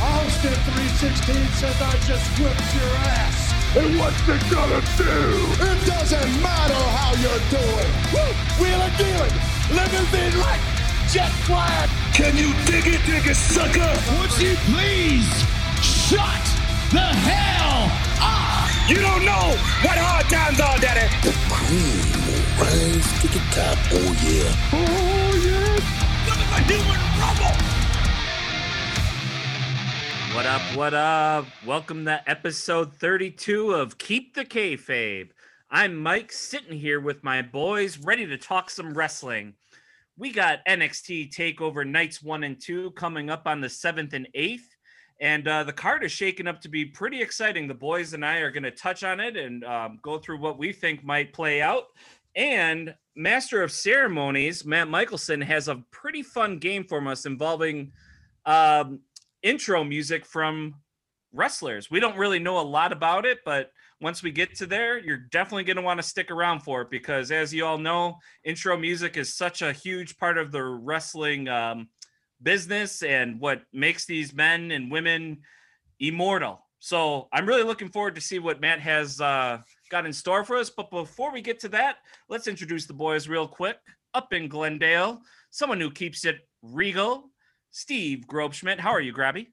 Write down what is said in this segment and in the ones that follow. Austin 316 says I just whipped your ass. And what's it gonna do? It doesn't matter how you're doing. Woo! Wheel and dealing. Limousine right. Jet flying. Can you dig it, dig it, sucker? Would you please shut the hell up? You don't know what hard times are, Daddy. The cream will rise to the top. Oh yeah. Oh yeah. Look at the human rubble. What up? What up? Welcome to episode 32 of Keep the Kayfabe. I'm Mike, sitting here with my boys, ready to talk some wrestling. We got NXT Takeover Nights 1 and 2 coming up on the 7th and 8th. And uh, the card is shaking up to be pretty exciting. The boys and I are going to touch on it and um, go through what we think might play out. And Master of Ceremonies, Matt Michelson, has a pretty fun game from us involving. Um, intro music from wrestlers. We don't really know a lot about it, but once we get to there, you're definitely going to want to stick around for it because, as you all know, intro music is such a huge part of the wrestling um, business and what makes these men and women immortal. So I'm really looking forward to see what Matt has uh, got in store for us. But before we get to that, let's introduce the boys real quick. Up in Glendale, someone who keeps it regal, Steve Grobschmidt. How are you, Grabby?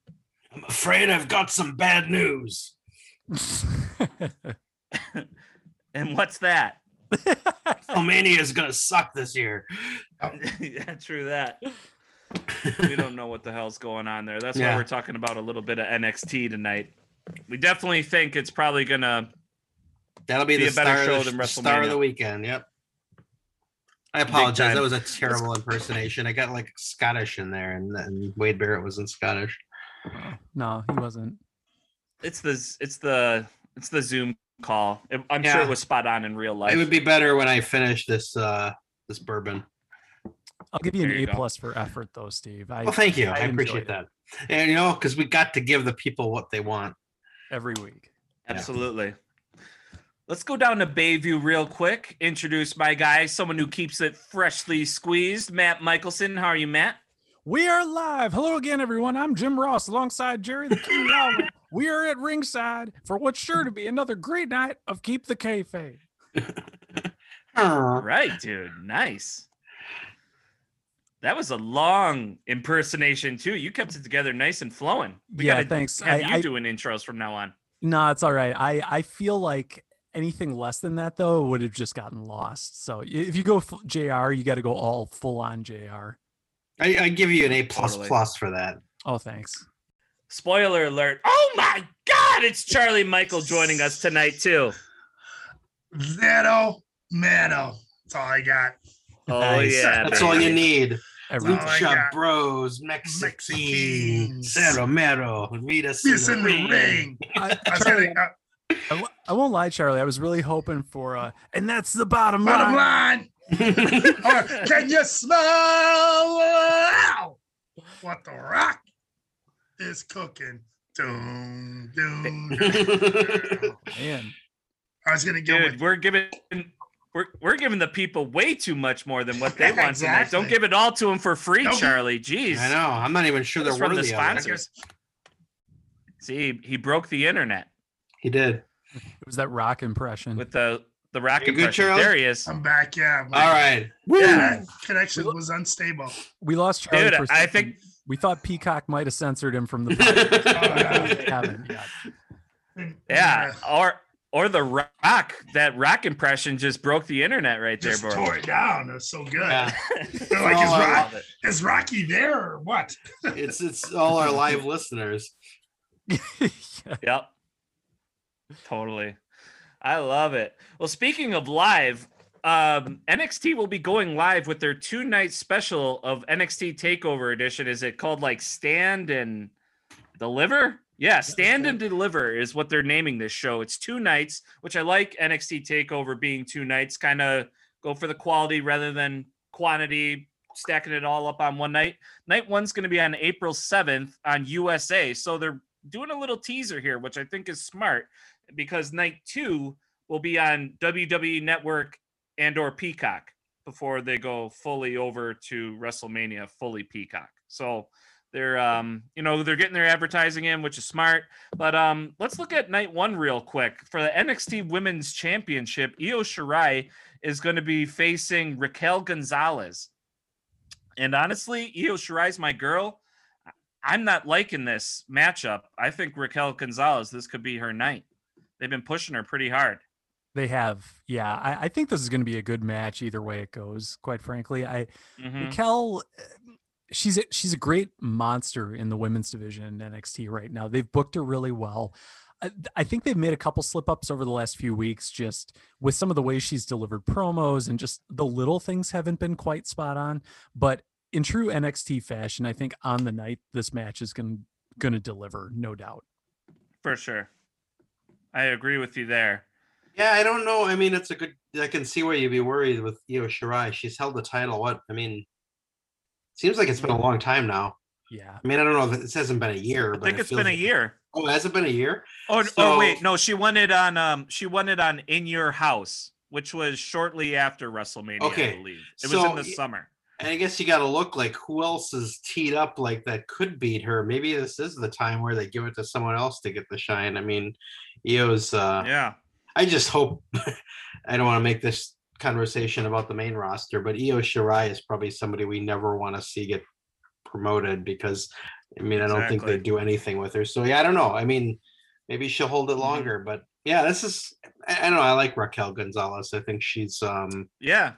I'm afraid I've got some bad news. And what's that? WrestleMania is gonna suck this year. yeah, true that. we don't know what the hell's going on there. That's why Yeah. we're talking about a little bit of NXT tonight. We definitely think it's probably gonna. That'll be, Be the a better star, show of the, than star of the WrestleMania. weekend. Yep. I time. apologize. That was a terrible impersonation. I got like Scottish in there, and, and Wade Barrett wasn't Scottish. No, he wasn't. It's the it's the it's the Zoom call. I'm sure Yeah. it was spot on in real life. It would be better when I finish this uh this bourbon. I'll give you There an you A go. plus for effort, though, Steve. I Well, thank you. I, enjoyed appreciate it that. And you know, because we got to give the people what they want. every week. Absolutely. Let's go down to Bayview real quick. Introduce my guy, someone who keeps it freshly squeezed, Matt Michelson. How are you, Matt? We are live. Hello again, everyone. I'm Jim Ross alongside Jerry the King Lawler. We are at ringside for what's sure to be another great night of Keep the Kayfabe. All right, dude. Nice. That was a long impersonation too. You kept it together nice and flowing. We Yeah, gotta thanks. Have I- you I- doing intros from now on? No, it's all right. I, I feel like anything less than that, though, would have just gotten lost. So i- if you go f- JR, you got to go all full on JR. I, I give you an A plus Totally. plus for that. Oh, thanks. Spoiler alert! Oh my God! It's Charlie Michael joining us tonight too. That'll, mano. That's all I got. Oh Nice. yeah, that's all you baby. need. Every Oh, Wow. I Lucha got Bros, Mexican, Mexicans. San Romero, meet us This in the ring. I, I was Charlie, gonna, uh, I w- I won't lie, Charlie. I was really hoping for uh, and that's the bottom, bottom line. line. Or can you smell what the rock is cooking? Doom, doom, doom. Man. I was gonna go dude. with We're giving we're we're giving the people way too much more than what they want tonight. Don't Exactly. give it all to them for free, Nope. Charlie. Jeez, I know. I'm not even sure That they're was from worthy the of it. sponsors. See, he broke the internet He did. It was that rock impression. with the the rocket. You good, Charlie? There he is. Mm-hmm. I'm back. Yeah. All right. Yeah, connection was unstable. we lost Charlie. Dude, for a I second. think we thought Peacock might have censored him from the. podcast. yeah. Woo! We haven't yet. yeah, or or the rock that rock impression just broke the internet right there, Just bro. tore it down. That's so good. Yeah. They're like, is, Oh, I Rock, is Rocky there or what? It's it's all our live listeners. Yeah. Yep. Totally. I love it. Well, speaking of live, um, NXT will be going live with their two night special of NXT Takeover Edition. Is it called like Stand and Deliver? Yeah, Stand and Deliver is what they're naming this show. It's two nights, which I like NXT Takeover being two nights, kind of go for the quality rather than quantity, stacking it all up on one night. Night one's going to be on April 7th on USA. So they're doing a little teaser here, which I think is smart because night two will be on WWE Network and or Peacock before they go fully over to WrestleMania fully Peacock. So They're um, you know, they're getting their advertising in, which is smart. But um, let's look at night one real quick for the NXT Women's Championship. Io Shirai is going to be facing Raquel Gonzalez, and honestly, Io Shirai's my girl. I'm not liking this matchup. I think Raquel Gonzalez, this could be her night. They've been pushing her pretty hard. They have, yeah. I, I think this is going to be a good match either way it goes. Quite frankly, I Mhm. Raquel, uh, she's a, she's a great monster in the women's division in NXT right now. They've booked her really well. I, th- I think they've made a couple slip ups over the last few weeks, just with some of the ways she's delivered promos and just the little things haven't been quite spot on. But in true NXT fashion, I think on the night this match is going going to deliver, no doubt. For sure. I agree with you there. Yeah, I don't know. I mean, it's a good. I can see where you'd be worried with Io Shirai. She's held the title. What I mean, seems like it's been a long time now. Yeah, I mean, I don't know. if This hasn't been a year. I but think it it's been feels a like- year. Oh, has it been a year? Oh, n- oh So- wait, no, she won it on um she won it on In Your House, which was shortly after WrestleMania, I Okay, believe. It was so in the y- summer. And I guess you got to look like who else is teed up like that could beat her. Maybe this is the time where they give it to someone else to get the shine. I mean, Io's. Uh, Yeah. I just hope I don't want to make this conversation about the main roster, but Io Shirai is probably somebody we never want to see get promoted because I mean I don't think Exactly. they do anything with her. So yeah, I don't know. I mean, maybe she'll hold it longer, but yeah, this is I, I don't know. I like Raquel Gonzalez. I think she's um Yeah.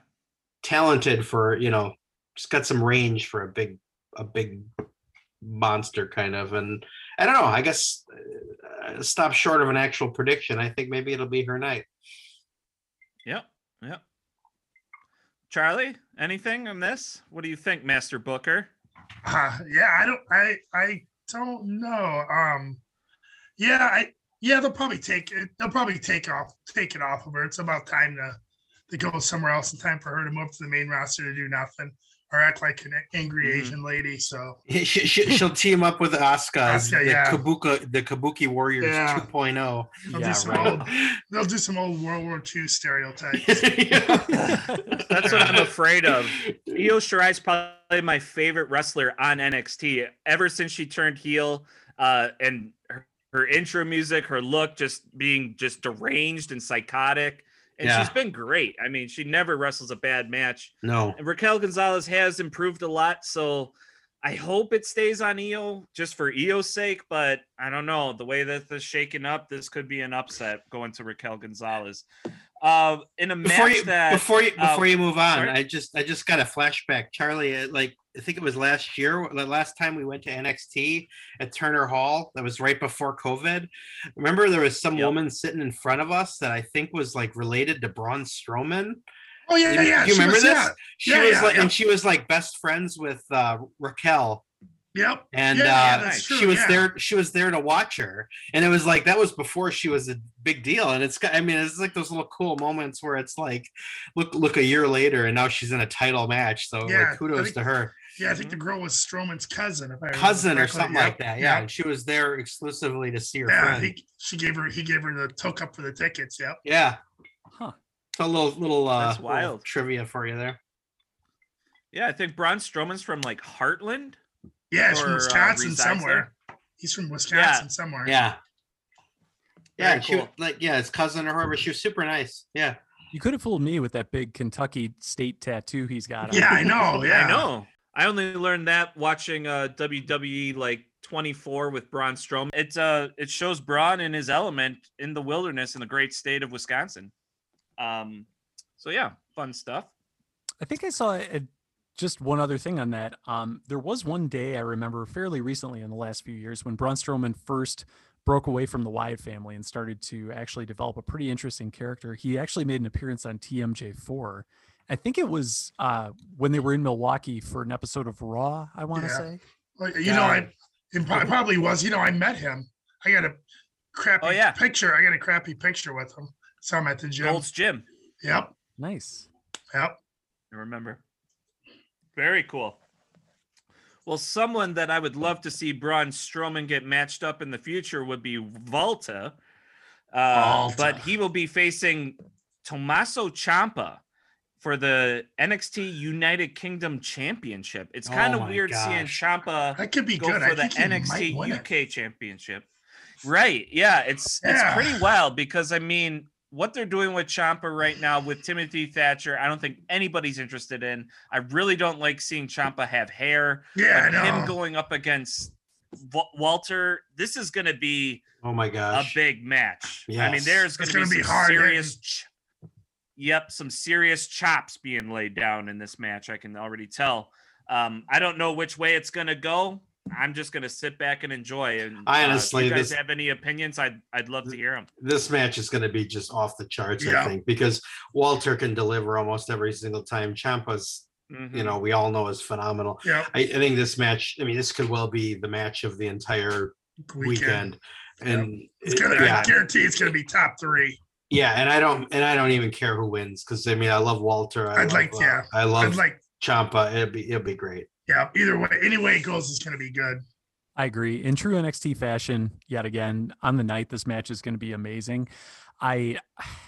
talented for, you know, she's got some range for a big a big monster kind of and I don't know. I guess uh, stop short of an actual prediction. I think maybe it'll be her night. Yep. Yep. Charlie, anything on this? What do you think, Master Booker? Uh, yeah, I don't. I I don't know. Um, yeah, I yeah they'll probably take it. They'll probably take off take it off of her. It's about time to to go somewhere else. and time for her to move up to the main roster to do nothing or act like an angry Mhm. Mm-hmm. Asian lady. So She, she, she'll team up with Asuka, as Asuka, the, yeah. Kabuka, the Kabuki Warriors oh. Yeah. 2.0. they'll Yeah, do some right. old they'll do some old World War II stereotypes. That's what I'm afraid of. Io Shirai's probably my favorite wrestler on NXT ever since she turned heel. Uh, and her, her intro music, her look, just being just deranged and psychotic. And she's Yeah. been great. I mean, she never wrestles a bad match. no. And Raquel Gonzalez has improved a lot, so I hope it stays on EO just for EO's sake. But I don't know the way that this is shaken up. This could be an upset going to Raquel Gonzalez. Uh, in a Before match you, that before you uh, before you move on, sorry? I just I just got a flashback. Charlie, uh, like I think it was last year, the last time we went to NXT at Turner Hall, that was right before COVID. Remember, there was some Yep. woman sitting in front of us that I think was like related to Braun Strowman. Oh yeah, yeah, You- yeah. you she remember was- this? yeah, She Yeah, was yeah, like, yeah. and she was like best friends with uh, Raquel. Yep. and Yeah, yeah, uh, that's she true, was yeah. there. She was there to watch her, and it was like that was before she was a big deal. And it's got- I mean, it's like those little cool moments where it's like, look, look, a year later, and now she's in a title match. So Yeah, I like, kudos think- to her, Yeah, I think the girl was Strowman's cousin, if I remember Mm-hmm. cousin or correctly. something Yep, like that. Yeah, yep. and she was there exclusively to see her Yeah, friend. he, she gave her he gave her the toke up for the tickets. Yep. yeah, Huh. So a little little uh, That's little wild. trivia for you there. yeah, I think Braun Strowman's from like Heartland. Yeah, he's Or, from uh, Wisconsin resides somewhere. there? He's from Wisconsin somewhere. Yeah. Yeah, Very and she cool. like yeah, his cousin or whoever. She was super nice. Yeah, you could have fooled me with that big Kentucky state tattoo he's got. on. Yeah, I know. Yeah. I know. I only learned that watching uh, WWE like 24 with Braun Strowman. It's uh, it shows Braun in his element in the wilderness in the great state of Wisconsin. Um, so yeah, fun stuff. I think I saw uh just one other thing on that. Um, there was one day I remember fairly recently in the last few years when Braun Strowman first broke away from the Wyatt family and started to actually develop a pretty interesting character. He actually made an appearance on TMJ4. I think it was uh, when they were in Milwaukee for an episode of Raw. I want to Yeah. say. Like, you know, I it pro- probably was. You know, I met him. I got a crappy Oh, yeah. picture. I got a crappy picture with him. Saw him at the gym. Gold's Gym. Yep. Nice. Yep. I remember. Very cool. Well, someone that I would love to see Braun Strowman get matched up in the future would be Volta, uh, Volta. but he will be facing Tommaso Ciampa for the NXT United Kingdom Championship. It's kind Oh of my weird seeing gosh. Champa That could be go good. for I the think he might win NXT it. UK Championship. Right. Yeah, it's Yeah. it's pretty wild because I mean what they're doing with Champa right now with Timothy Thatcher, I don't think anybody's interested in. I really don't like seeing Champa have hair. Yeah, I but him know. going up against Wa- Walter, this is going to be Oh my a gosh. big match. I mean, Yes. there's going It's to be, gonna be some hard serious. hitting. Ch- yep, some serious chops being laid down in this match. I can already tell. Um, I don't know which way it's going to go. I'm just going to sit back and enjoy. And I uh, honestly- if you guys this- have any opinions? I'd I'd love to hear them. this match is going to be just off the charts, I Yeah. think, because Walter can deliver almost every single time. Champa's, Mm-hmm. you know, we all know is phenomenal. Yeah, I, I think this match, I mean, this could well be the match of the entire weekend. weekend. And It's it- gonna. yeah, I guarantee it's gonna be top three. yeah, and I don't, and I don't even care who wins because I mean, I love Walter. I'd I love, like- uh, yeah. I I'd love like. Champa. It'd be, it'd be great. Yeah. Either way, any way it goes, it's gonna be good. I agree. In true NXT fashion, yet again, on the night, this match is going to be amazing. I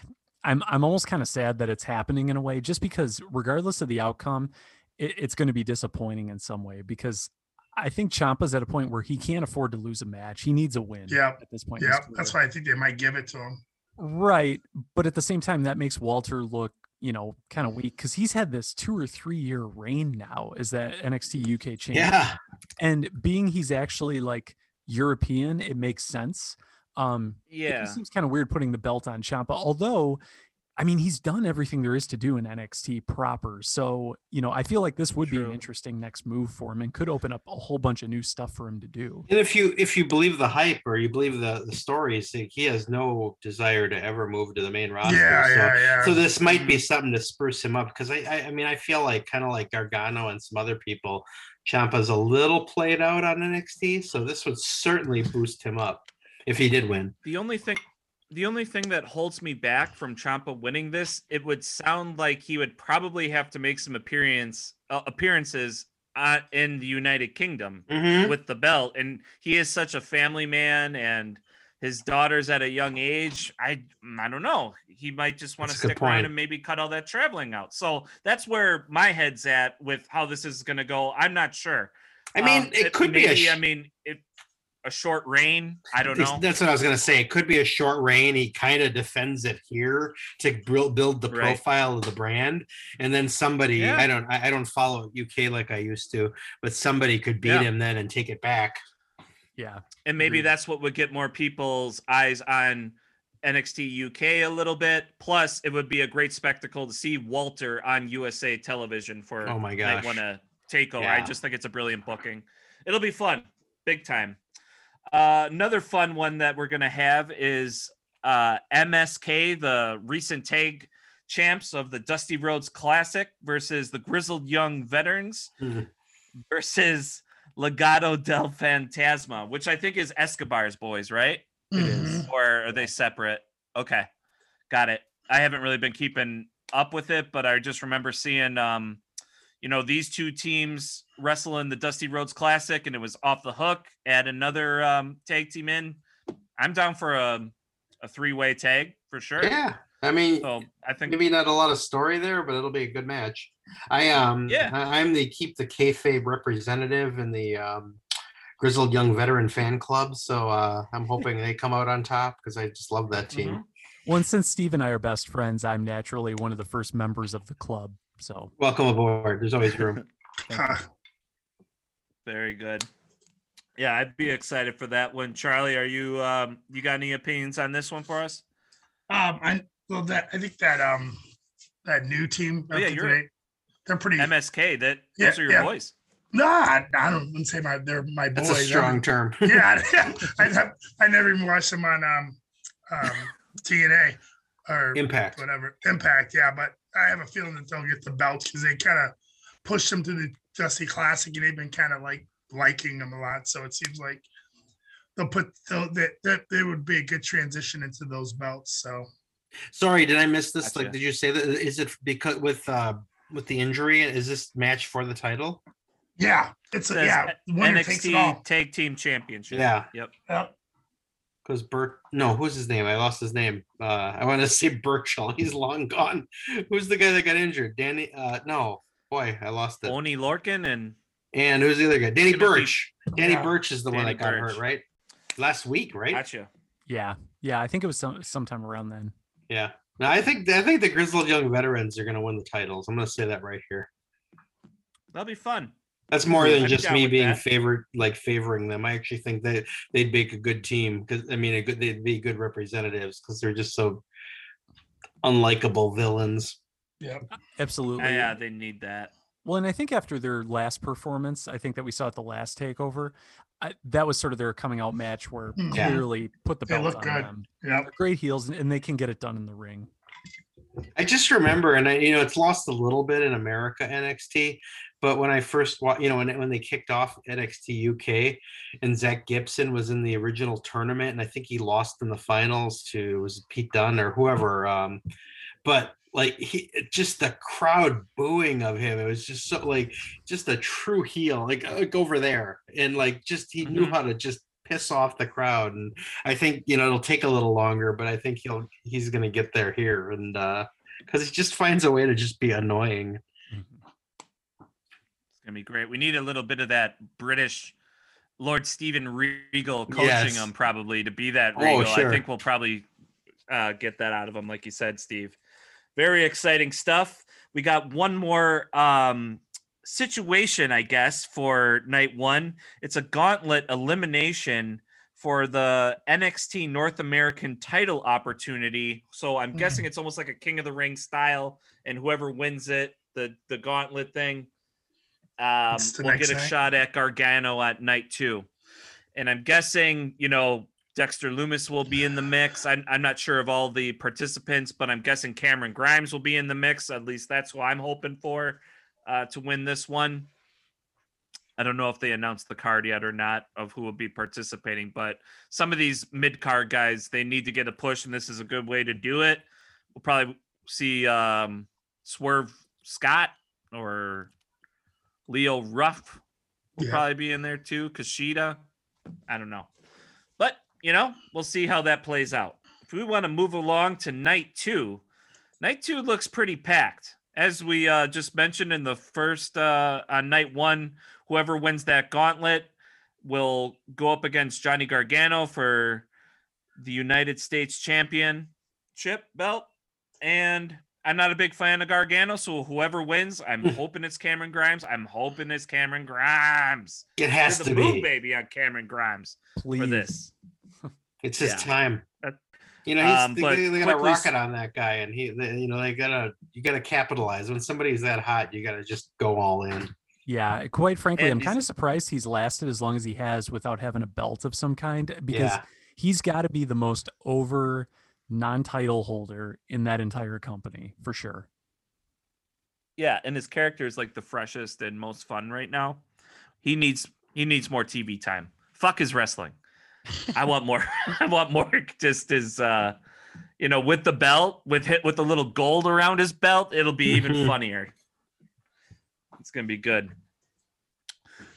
I'm I'm almost kind of sad that it's happening in a way, just because regardless of the outcome, it, it's going to be disappointing in some way because I think Champa's at a point where he can't afford to lose a match. He needs a win Yeah. at this point. in his Yeah. That's career. why I think they might give it to him. Right. But at the same time, that makes Walter look, you know, kind of weak because he's had this two or three year reign now is that NXT UK champion. Yeah, And being he's actually like European, it makes sense. Um it Yeah. just seems kind of weird putting the belt on Champa, although I mean he's done everything there is to do in NXT proper. So, you know, I feel like this would be an True. interesting next move for him and could open up a whole bunch of new stuff for him to do. and if you if you believe the hype or you believe the the stories, like, he has no desire to ever move to the main roster. yeah. so yeah. Yeah. So this might be something to spruce him up because I, I I mean I feel like kind of like Gargano and some other people, Champa's a little played out on NXT, so this would certainly boost him up if he did win. The only thing the only thing that holds me back from Champa winning this, it would sound like he would probably have to make some appearance uh, appearances uh, in the United Kingdom Mm-hmm. with the belt and he is such a family man and his daughter's at a young age i i don't know he might just want to That's a good stick around point. and maybe cut all that traveling out so that's where my head's at with how this is going to go i'm not sure I mean, Um, it, could be a maybe, sh- I mean it a short reign i don't know That's what I was gonna say. It could be a short reign. He kind of defends it here to build build the Right. profile of the brand, and then somebody Yeah. I don't I, I don't follow UK like I used to, but somebody could beat Yeah. him then and take it back. Yeah. and maybe Mm-hmm. Agreed. that's what would get more people's eyes on NXT UK a little bit. Plus, it would be a great spectacle to see Walter on USA television for Oh my night gosh. one of takeover. I Yeah. just think it's a brilliant booking. It'll be fun, big time. Uh, another fun one that we're gonna have is uh, MSK, the recent tag champs of the Dusty Rhodes Classic versus the Grizzled Young Veterans Mhm. versus Legado del Fantasma, which I think is Escobar's boys, right? It Mm. is. Mhm. Or are they separate? Okay, got it. I haven't really been keeping up with it, but I just remember seeing, um, you know, these two teams wrestle in the Dusty Rhodes Classic, and it was off the hook. Add another um, tag team in. I'm down for a a three way tag for sure. Yeah, I mean, So I think maybe not a lot of story there, but it'll be a good match. I um Yeah. I, I'm the keep the kayfabe representative in the um, grizzled young veteran fan club, so uh, I'm hoping they come out on top because I just love that team. Mhm. Well, and since Steve and I are best friends, I'm naturally one of the first members of the club. So Welcome aboard. There's always room. Huh. very good. Yeah, I'd be excited for that one. Charlie, are you um you got any opinions on this one for us? Um, I well that I think that um that new team. I Oh, yeah, think you're- they- They're pretty. MSK, that Yeah, those are your yeah. boys. Nah, I, I don't wouldn't say my they're my boys. That's a strong term. yeah, I, I, I never even watched them on um, um, TNA or Impact. whatever Impact. Yeah, but I have a feeling that they'll get the belts because they kind of pushed them to the Dusty Classic, and they've been kind of like liking them a lot. So it seems like they'll put they'll, that that they would be a good transition into those belts. So Sorry, did I miss this? Like, Gotcha. did you say that? Is it because with uh with the injury? Is this match for the title? yeah, it's a, Says yeah winner takes it all. NXT Tag Team Championship. Yeah. Yep. Yep. Because Bert, no, who's his name? I lost his name. Uh, I want to say Birchall. He's long gone. Who's the guy that got injured? Danny? Uh, no, boy, I lost it. Oni Lorkin and And who's the other guy? Danny Timothy- Birch. Danny Yeah. Birch is the one Danny that got Burch. hurt, right? Last week, right? gotcha. Yeah, yeah. I think it was some sometime around then. Yeah. Now I think I think the Grizzled Young Veterans are going to win the titles. I'm going to say that right here. That'll be fun. That's more Yeah, than I'd be just down me with being that. favored, like favoring them. I actually think that they'd make a good team because I mean, a good they'd be good representatives because they're just so unlikable villains. Absolutely. Yeah, they need that. Well, and I think after their last performance, I think that we saw at the last takeover, I, that was sort of their coming out match where Hmm. Yeah. clearly put the They belt look on good. them. Yeah. They're great heels, and, and they can get it done in the ring. I just remember, and I, you know, it's lost a little bit in America NXT, but when I first, wa- you know, when when they kicked off NXT UK, and Zach Gibson was in the original tournament, and I think he lost in the finals to it was Pete Dunne or whoever. Um, but like he, just the crowd booing of him, it was just so like just a true heel, like uh, like over there, and like just he knew Mhm. how to just piss off the crowd and i think you know it'll take a little longer but i think he'll he's gonna get there here and uh because he just finds a way to just be annoying. It's gonna be great. We need a little bit of that British Lord Stephen Regal coaching Yes. him probably to be that Oh, Regal. sure. I think we'll probably uh, get that out of him, like you said, Steve. Very exciting stuff. We got one more um, situation, I guess, for night one. It's a gauntlet elimination for the NXT North American title opportunity. So Hmm. I'm guessing it's almost like a King of the Ring style, and whoever wins it, the the gauntlet thing, um, It's the will next get a night. shot at Gargano at night two. And I'm guessing, you know, Dexter Loomis will be in the mix. I'm, I'm not sure of all the participants, but I'm guessing Cameron Grimes will be in the mix. At least that's what I'm hoping for uh, to win this one. I don't know if they announced the card yet or not of who will be participating, but some of these mid card guys, they need to get a push, and this is a good way to do it. We'll probably see um, Swerve Scott or Leo Ruff will Yeah. probably be in there too. Kushida, I don't know. But, you know, we'll see how that plays out. If we want to move along to night two, night two looks pretty packed. As we uh, just mentioned in the first, uh, on night one, whoever wins that gauntlet will go up against Johnny Gargano for the United States Championship belt. And I'm not a big fan of Gargano, so whoever wins, I'm Hmm. hoping it's Cameron Grimes. I'm hoping it's Cameron Grimes. It You're has the to boom be. baby on Cameron Grimes Mm-hmm. Please. for this. It's his Yeah. time. That- You know, he's, Um, they, but they- they got a quickly s- rocket on that guy, and he, they, you know, they gotta, you gotta capitalize when somebody's that hot. You gotta just go all in. Yeah, quite frankly, And I'm he's- kind of surprised he's lasted as long as he has without having a belt of some kind because yeah, he's got to be the most over non-title holder in that entire company for sure. Yeah, and his character is like the freshest and most fun right now. He needs he needs more TV time. Fuck his wrestling. I want more. I want more. Just his, uh, you know, with the belt, with hit with a little gold around his belt, it'll be even Mhm. funnier. It's gonna be good.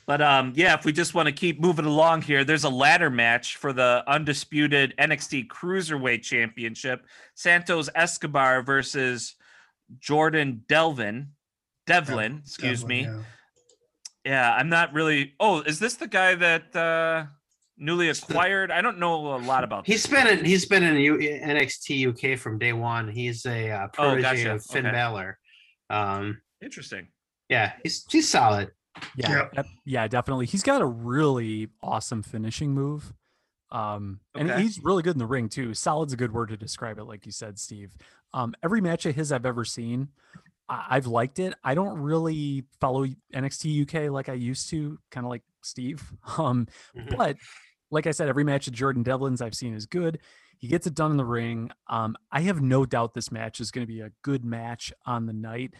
But um, yeah, if we just want to keep moving along here, there's a ladder match for the undisputed NXT Cruiserweight Championship. Santos Escobar versus Jordan Delvin, Devlin, excuse Devlin, me. Yeah. yeah. I'm not really. Oh, is this the guy that uh, newly acquired? I don't know a lot about. he's this been guy. in, he's been in U, NXT UK from day one. He's a uh, protege Oh, gotcha. of Finn Okay. Balor. Um, Interesting. yeah, he's he's solid. Yeah, Yep. def- yeah, definitely. He's got a really awesome finishing move. Um, and Okay. he's really good in the ring too. Solid's a good word to describe it, like you said, Steve. Um, every match of his I've ever seen, I- I've liked it. I don't really follow NXT UK like I used to, kind of like Steve. Um, Mhm. but like I said, every match of Jordan Devlin's I've seen is good. He gets it done in the ring. Um, I have no doubt this match is going to be a good match on the night.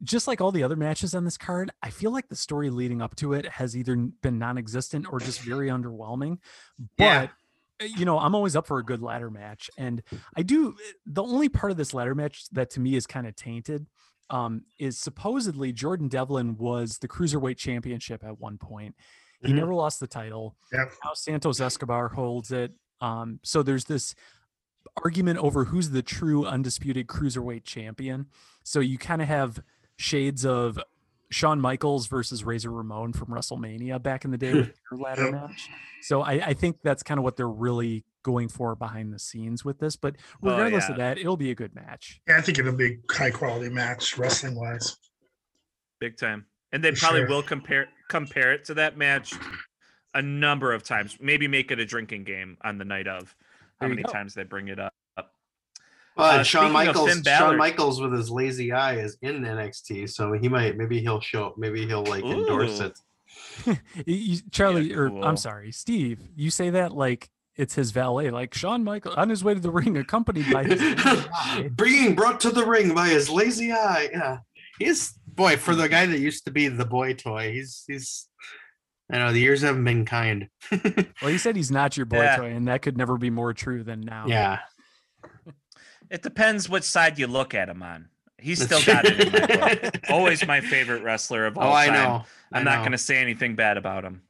Just like all the other matches on this card, I feel like the story leading up to it has either n- been non existent or just very underwhelming. But Yeah. uh, you know, I'm always up for a good ladder match. And I do eh, the only part of this ladder match that to me is kind of tainted um, is supposedly Jordan Devlin was the cruiserweight championship at one point. He Mhm. never lost the title. Yep. Now Santos Escobar holds it. Um, so there's this argument over who's the true undisputed cruiserweight champion. So you kind of have shades of Shawn Michaels versus Razor Ramon from WrestleMania back in the day with their ladder Yep. match. So I, I think that's kind of what they're really going for behind the scenes with this. But Oh, regardless of yeah. that, it'll be a good match. Yeah, I think it'll be a high quality match wrestling wise. big time. And they For probably sure. will compare compare it to that match a number of times. Maybe make it a drinking game on the night of. How There you many go. times they bring it up? Well, and Uh, Shawn speaking of Michaels, Finn Balor- Shawn Michaels with his lazy eye is in NXT, so he might, maybe he'll show, maybe he'll like endorse Ooh. it. You- you- Charlie, or cool. I'm sorry, Steve, you say that like it's his valet, like Shawn Michaels on his way to the ring, accompanied by his lazy eye. Being brought to the ring by his lazy eye. Yeah, he's boy for the guy that used to be the boy toy. He's he's. I know the years haven't been kind. Well, he said he's not your boy Yeah. toy, and that could never be more true than now. Yeah, It depends which side you look at him on. He's still got it in my book. Always my favorite wrestler of all Oh, I time. know. I'm I not know. going to say anything bad about him.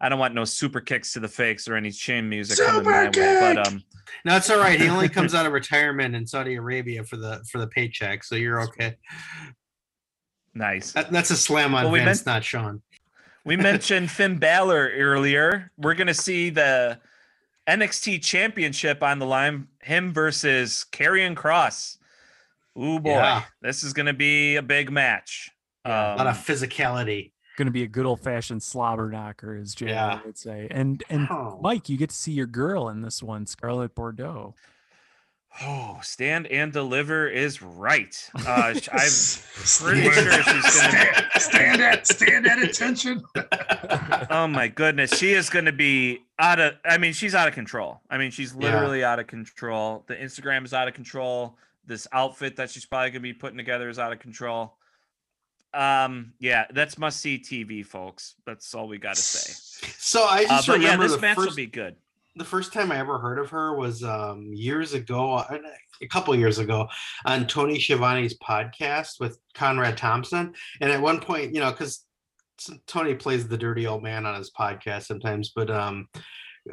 I don't want no super kicks to the fakes or any chin music coming Super my way. kick! But um, No, it's all right. He only comes out of retirement in Saudi Arabia for the for the paycheck, so you're okay. nice. That, that's a slam on Well, we Vince, meant- not Sean. We mentioned Finn Balor earlier. We're going to see the NXT Championship on the line. Him versus Karrion Cross. Ooh boy, Yeah. this is going to be a big match. a lot of Um, physicality. going to be a good old fashioned slobber knocker, as Jay Yeah. would say. And and Oh. Mike, you get to see your girl in this one, Scarlett Bordeaux. oh, stand and deliver is right. Uh, sh- I'm pretty Stand- sure she's going to. stand, stand at stand at attention. Oh my goodness, she is going to be out of. I mean, she's out of control. I mean, she's Yeah. literally out of control. The Instagram is out of control. This outfit that she's probably going to be putting together is out of control. Um, yeah, that's must see TV, folks. That's all we got to say. So I Uh, just but yeah, remember this the match will first be good. the first time I ever heard of her was um, years ago, uh, a couple years ago, on Tony Schiavone's podcast with Conrad Thompson. And at one point, you know, because Tony plays the dirty old man on his podcast sometimes, but um,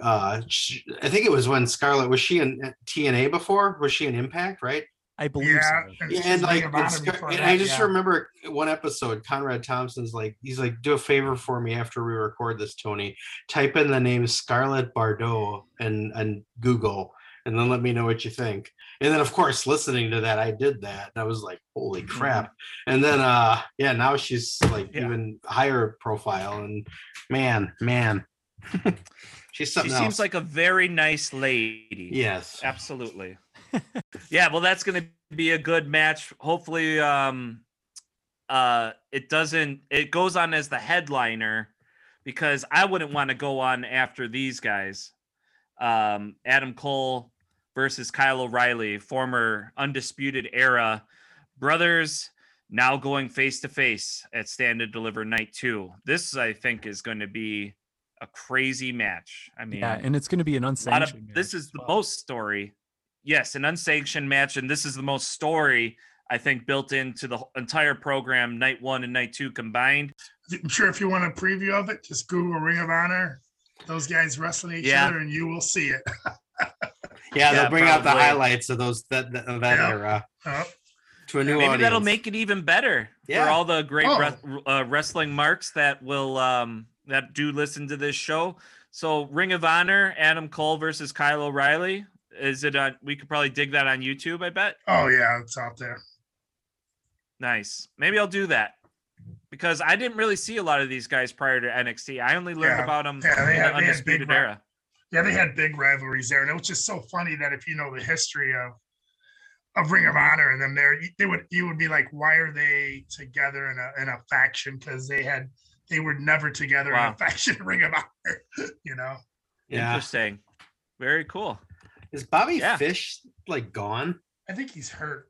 uh, sh I think it was when Scarlett was she in uh, TNA before? Was she in Impact? Right? I believe Yeah, so. Yeah, she's and like, been a and, bottom Scar- for and that, I just yeah. remember one episode, Conrad Thompson's like, he's like, do a favor for me after we record this, Tony. Type in the name Scarlett Bardot and and Google, and then let me know what you think. And then, of course, listening to that, I did that, and I was like, holy crap. And then, uh, yeah, now she's like Mm-hmm. Yeah. even higher profile, and man, man, she's She something else. seems like a very nice lady. yes, Absolutely. yeah, well that's going to be a good match. Hopefully um uh it doesn't it goes on as the headliner because I wouldn't want to go on after these guys. Um Adam Cole versus Kyle O'Reilly, former undisputed era brothers now going face to face at Stand and Deliver Night 2. This I think is going to be a crazy match. I mean, Yeah, and it's going to be an a lot of unsanctioned. this match is as the well. most story yes an unsanctioned match and this is the most story i think built into the wh- entire program night one and night two combined I'm sure if you want a preview of it, just Google Ring of Honor. Those guys wrestling each Yeah. other, and you will see it. yeah, Yeah, they'll bring out the probably. highlights of those that that, of that Yeah. era Uh, to a new maybe audience. that'll make it even better Yeah. for all the great Oh. wres- uh, wrestling marks that will um that do listen to this show so ring of honor adam cole versus kyle o'reilly is it on we could probably dig that on youtube i bet oh yeah, it's out there. Nice. Maybe I'll do that because I didn't really see a lot of these guys prior to NXT. I only learned Yeah. about them Yeah, they had- in the they had big Undisputed ri- Era. Yeah, they had big rivalries there, and it was just so funny that if you know the history of of Ring of Honor and them there, you- they would you would be like, why are they together in a in a faction? Because they had they were never together in Wow. a faction in Ring of Honor, you know. yeah. Interesting. Very cool. Is Bobby Yeah. Fish like gone? I think he's hurt.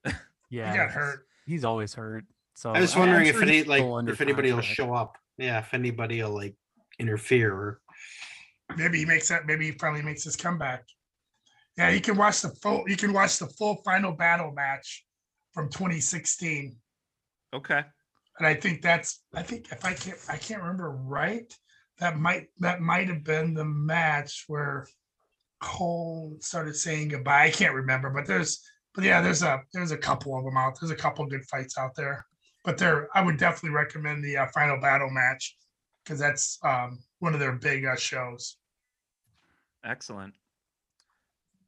yeah, he got hurt. He's always hurt. So I was Oh, I'm wondering if sure any he's like still under if anybody will contract. show up. Yeah, if anybody will like interfere. Or... Maybe he makes that. Maybe he finally makes his comeback. Yeah, you can watch the full. You can watch the full final battle match from 2016, Okay. and I think that's. I think if I can't, I can't remember right. That might that might have been the match where Cole started saying goodbye. I can't remember, but there's but yeah, there's a there's a couple of them out. There's a couple good fights out there, but there I would definitely recommend the uh, final battle match because that's um, one of their big uh, shows. Excellent.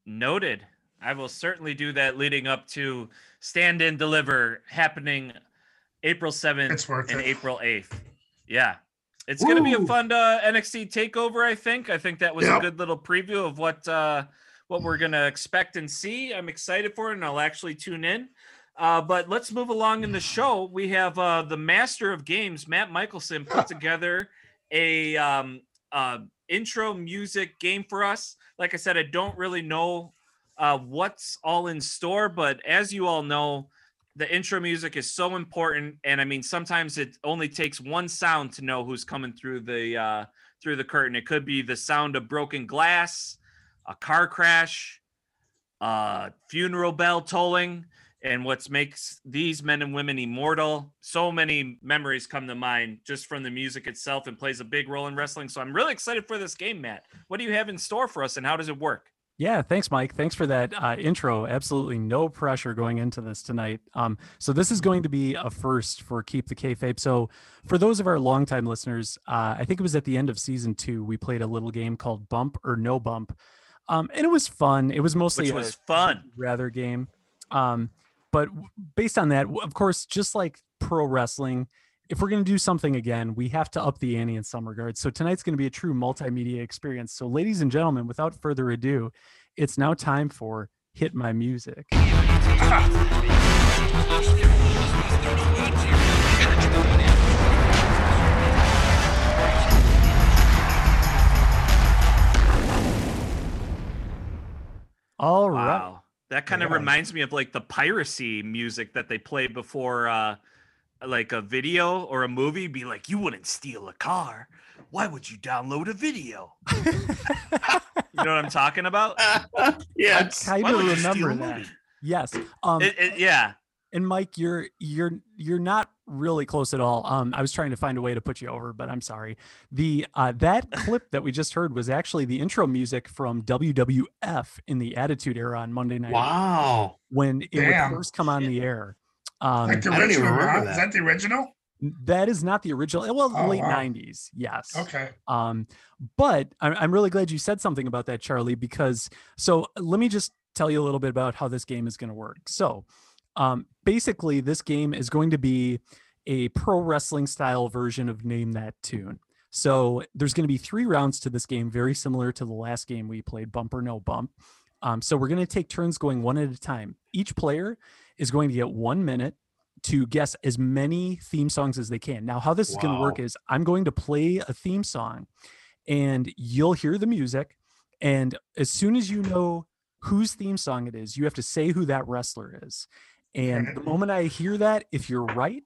Noted. I will certainly do that leading up to Stand and Deliver happening April 7th It's worth and it. April 8th. Yeah. It's going to be a Woo. fun uh, NXT takeover, I think. I think that was a Yep. good little preview of what uh, what we're going to expect and see. I'm excited for it, and I'll actually tune in. Uh, but let's move along in the show. We have uh, the master of games, Matt Michelson, put together a um, uh, intro music game for us. Like I said, I don't really know uh, what's all in store, but as you all know, the intro music is so important, and I mean sometimes it only takes one sound to know who's coming through the uh, through the curtain. It could be the sound of broken glass, a car crash, uh, funeral bell tolling, and what makes these men and women immortal. So many memories come to mind just from the music itself, and plays a big role in wrestling. So I'm really excited for this game, Matt. What do you have in store for us, and how does it work? Yeah, thanks, Mike. Thanks for that uh, intro. Absolutely no pressure going into this tonight. Um, so this is going to be a first for Keep the Kayfabe. So for those of our longtime listeners, uh, I think it was at the end of season two we played a little game called Bump or No Bump, um, and it was fun. It was mostly Which a was fun. rather game. Um, but w- based on that, w- of course, just like pro wrestling, if we're going to do something again, we have to up the ante in some regards. So tonight's going to be a true multimedia experience. So, ladies and gentlemen, without further ado, it's now time for Hit My Music. All right. Wow. That kind of Yeah. reminds me of like the piracy music that they play before uh like a video or a movie be like you wouldn't steal a car. Why would you download a video? You know what I'm talking about? yes. I Why kind of would you steal remember a that. movie? Yes. Um, It- it- yeah. and Mike, you're you're you're not really close at all. Um, I was trying to find a way to put you over, but I'm sorry. The uh, that clip that we just heard was actually the intro music from WWF in the Attitude Era on Monday Night Raw Wow. when it Damn. would first come on the air. Um, Like the I don't even original, remember huh? that. Is that the original? n- that is not the original. Well, Oh, late wow. '90s, yes. Okay. Um, but I'm, I'm really glad you said something about that, Charlie, because so let me just tell you a little bit about how this game is going to work. So, um, basically, this game is going to be a pro wrestling style version of Name That Tune. So, there's going to be three rounds to this game, very similar to the last game we played, Bump or No Bump. Um, so, we're going to take turns going one at a time. Each player is going to get one minute to guess as many theme songs as they can. Now, how this is going to work Wow. is I'm going to play a theme song and you'll hear the music. And as soon as you know whose theme song it is, you have to say who that wrestler is. And the moment I hear that, if you're right,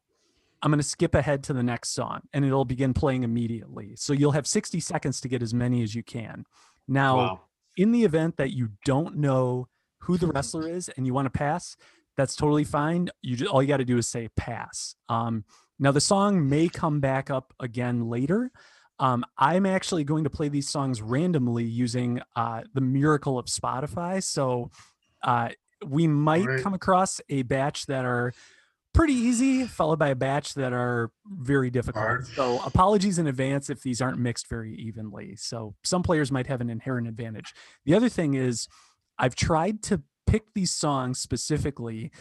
I'm going to skip ahead to the next song and it'll begin playing immediately. So you'll have 60 seconds to get as many as you can. Now, Wow. in the event that you don't know who the wrestler is and you want to pass, that's totally fine. You just, all you got to do is say pass. Um, now the song may come back up again later. Um, I'm actually going to play these songs randomly using uh, the miracle of Spotify. So uh, we might Right. come across a batch that are pretty easy, followed by a batch that are very difficult. Hard. So apologies in advance if these aren't mixed very evenly. So some players might have an inherent advantage. The other thing is, I've tried to pick these songs specifically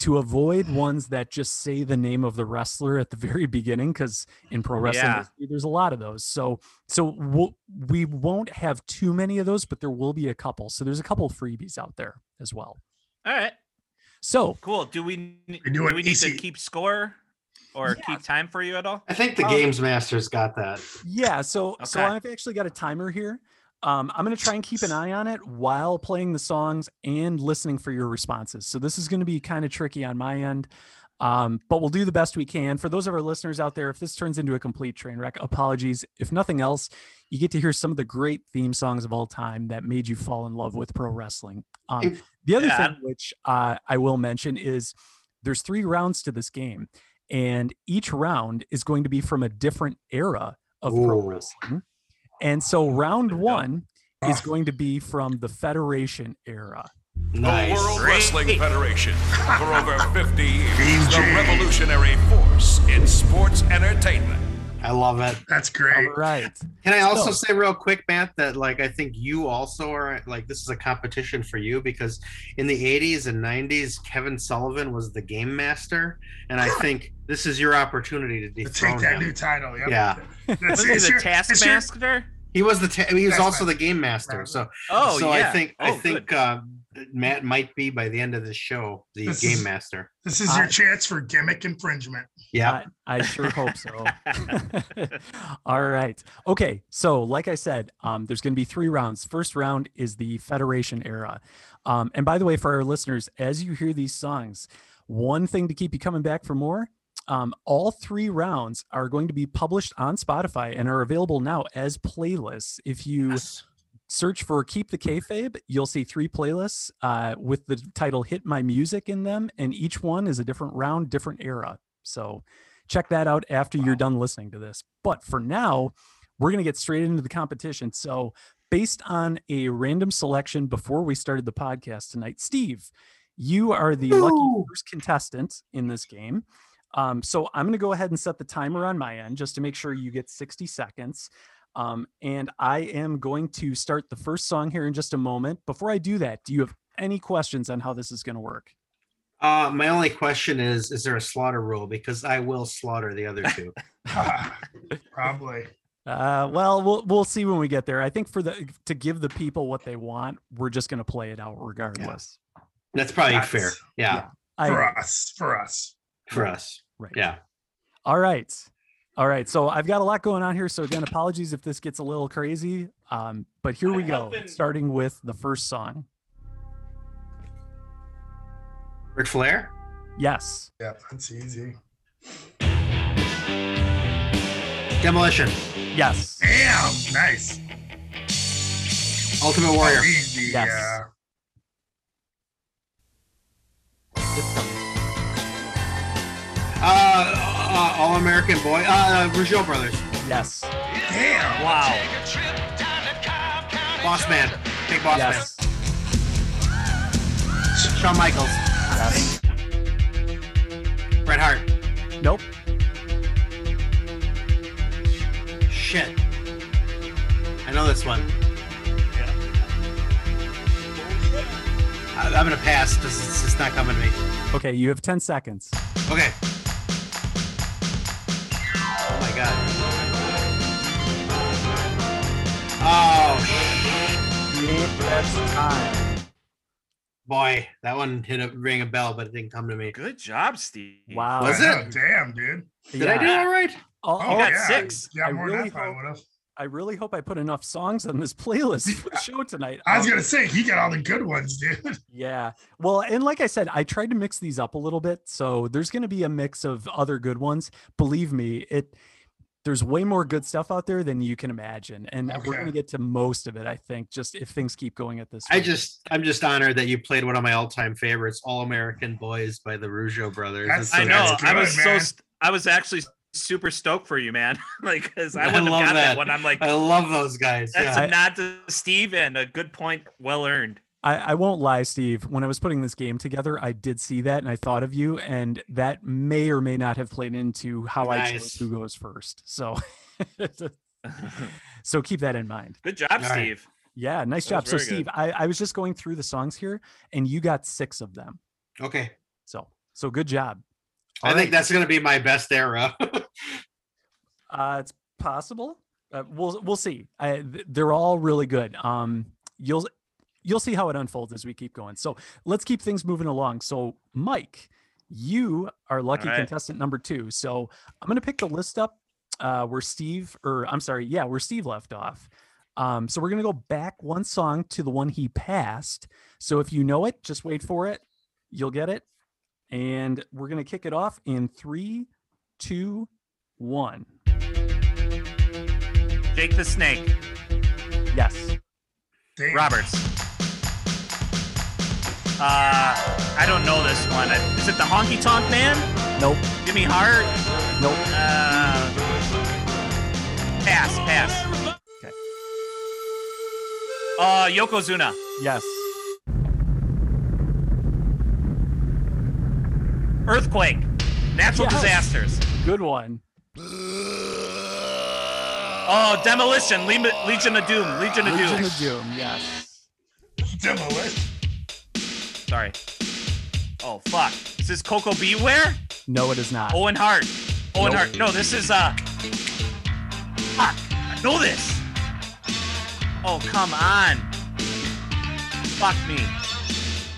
to avoid ones that just say the name of the wrestler at the very beginning because in pro wrestling Yeah. history, there's a lot of those so so we'll, we won't have too many of those but there will be a couple so there's a couple freebies out there as well All right. so Cool. Do we n- do do an we need to easy- keep score or keep time for you at all? I think the Um, games master's got that. Yeah, so so Okay. I've actually got a timer here. Um, I'm going to try and keep an eye on it while playing the songs and listening for your responses. So this is going to be kind of tricky on my end, um, but we'll do the best we can. For those of our listeners out there, if this turns into a complete train wreck, apologies. If nothing else, you get to hear some of the great theme songs of all time that made you fall in love with pro wrestling. Um, If- the other Yeah. thing which uh, I will mention is there's three rounds to this game, and each round is going to be from a different era of pro Ooh. wrestling. And so round There we go. one is going to be from the Federation era. Nice. The World Wrestling Federation. For over 50 years, the BJ. revolutionary force in sports entertainment. I love it. That's All great. right. Can I also So- say real quick, Matt, that like I think you also are like this is a competition for you because in the 80s and 90s, Kevin Sullivan was the game master, and I think this is your opportunity to To take dethrone that him. new title. Yep. Yeah. That's, Wasn't he it's the your- it's your- taskmaster? He was the ta- he was That's also right. the game master. So Oh, so yeah. I think I Oh, think good. uh, Matt might be by the end of this show the This game is- master. This is your I- chance for gimmick infringement. Yeah. I, I sure hope so. All right. Okay. So, like I said, um, there's going to be three rounds. First round is the Federation era. Um, and by the way, for our listeners, as you hear these songs, one thing to keep you coming back for more. Um, all three rounds are going to be published on Spotify and are available now as playlists. If you search for Keep the Kayfabe, you'll see three playlists uh, with the title Hit My Music in them, and each one is a different round, different era. So check that out after you're done listening to this. But for now, we're going to get straight into the competition. So, based on a random selection before we started the podcast tonight, Steve, you are the lucky first contestant in this game. Um, so, I'm going to go ahead and set the timer on my end just to make sure you get 60 seconds. Um, and I am going to start the first song here in just a moment. Before I do that, do you have any questions on how this is going to work? Uh, my only question is: Is there a slaughter rule? Because I will slaughter the other two. Probably. Uh, well, we'll we'll see when we get there. I think for the to give the people what they want, we're just going to play it out regardless. That's probably That's- fair. Yeah, yeah. For I, us. For us. for us. right. Yeah. All right. All right. So I've got a lot going on here. So again, apologies if this gets a little crazy. Um, but here we go. Starting with the first song. Ric Flair. Yes. Yeah, that's easy. Demolition. Yes. Damn. Nice. Ultimate Warrior. Easy. uh, Yes. Yeah. Uh, uh, All American Boy. Uh, uh, Rougeau Brothers. Yes. Damn. Wow. Boss Man. Big Boss Yes. Man. Shawn Michaels. Yes. Bret Hart. Nope. Shit. I know this one. I, I'm gonna pass because it's, it's not coming to me. Okay. You have 10 seconds. Okay. Oh my god. Oh sh- That's time. boy, that one hit a ring a bell, but it didn't come to me. Good job, Steve. Wow. Was I it? know, Damn, dude. Did I do all right? All, Oh, all- got six. Yeah, I more really than I hope- would have. I really hope I put enough songs on this playlist for the show tonight. I was Um, gonna say he got all the good ones, dude. Yeah. Well, and like I said, I tried to mix these up a little bit. So there's going to be a mix of other good ones. Believe me, it there's way more good stuff out there than you can imagine. And we're going to Okay. get to most of it, I think, just if things keep going at this I rate. just I'm just honored that you played one of my all-time favorites, All American Boys by the Rougeau Brothers. That's- It's I know. that's I good, was so. man. St- I was actually super stoked for you, man. like, because I I wouldn't love have got that. that one. I'm like, I love those guys. that's yeah. a nod to Steve and a good point, well earned. I, I won't lie, Steve. When I was putting this game together, I did see that and I thought of you, and that may or may not have played into how I chose Nice. who goes first. So, so keep that in mind. good job, right. Steve. Yeah, nice That was job. So, very good. Steve, I, I was just going through the songs here, and you got six of them. okay. So, so good job. I think that's gonna be my best era. Oh, Uh, it's possible. Uh, we'll we'll see. I, th- they're all really good. Um, you'll you'll see how it unfolds as we keep going. So let's keep things moving along. So Mike, you are lucky right. contestant number two. So I'm gonna pick the list up uh, where Steve or I'm sorry, yeah, where Steve left off. Um, so we're gonna go back one song to the one he passed. So if you know it, just wait for it. You'll get it. And we're gonna kick it off in three, two, one. Jake the Snake, Yes. Damn. Roberts. Uh, I don't know this one. Is it the Honky Tonk Man? Nope. Jimmy Hart? Nope. Uh, pass, pass. Uh, Yokozuna. Yes. Earthquake. Natural Yes. disasters. Good one. Oh, demolition. Lem- Legion of Doom. Legion of Legion Doom. of Doom. Yes. Demolition. Sorry. Oh fuck. Is this Coco Beware? No, it is not. Owen Hart. Owen Hart. No, this is uh. Fuck. I know this. Oh come on. Fuck me.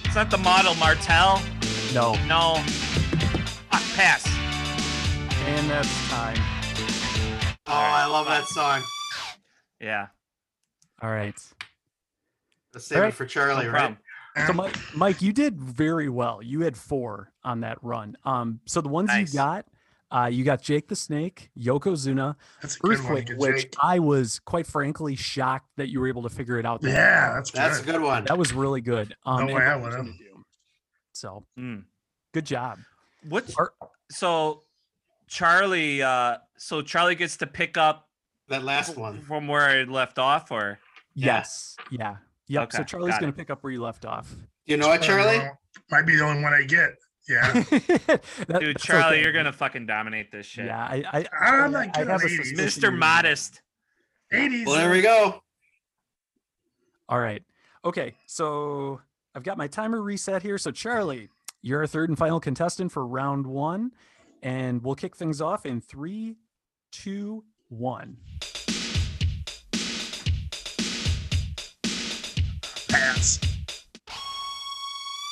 It's not the model Martel. No. No. Fuck. Pass. And that's time. Oh, I love that song. Yeah. All right. Let's save Alright. it for Charlie, No right? problem. So Mike, Mike, you did very well. You had four on that run. Um, so the ones Nice. you got, uh, you got Jake the Snake, Yokozuna, That's a good Earthquake, one. which Which, I was quite frankly shocked that you were able to figure it out. that yeah, that's, That's a good. good one. That was really good. Oh, Um, and way I Legion would've. of Doom. So Mm. good job. What's Or- so? Charlie. Uh. So Charlie gets to pick up That last one. from where I left off, or Yeah. Yes. Yeah. Yep. so Okay, Charlie's got going to pick up where you left off. You know what, Charlie? Might be the only one I get. Yeah. That- dude, that's Charlie, okay. you're gonna fucking dominate this shit. Yeah, I, I, I'm Charlie, not I good have at a ladies. suspicion you're Mr. gonna- Modest. 80s. Well, there we go. All right. Okay. So I've got my timer reset here. So, Charlie, you're our third and final contestant for round one. And we'll kick things off in three, two, one. Pass.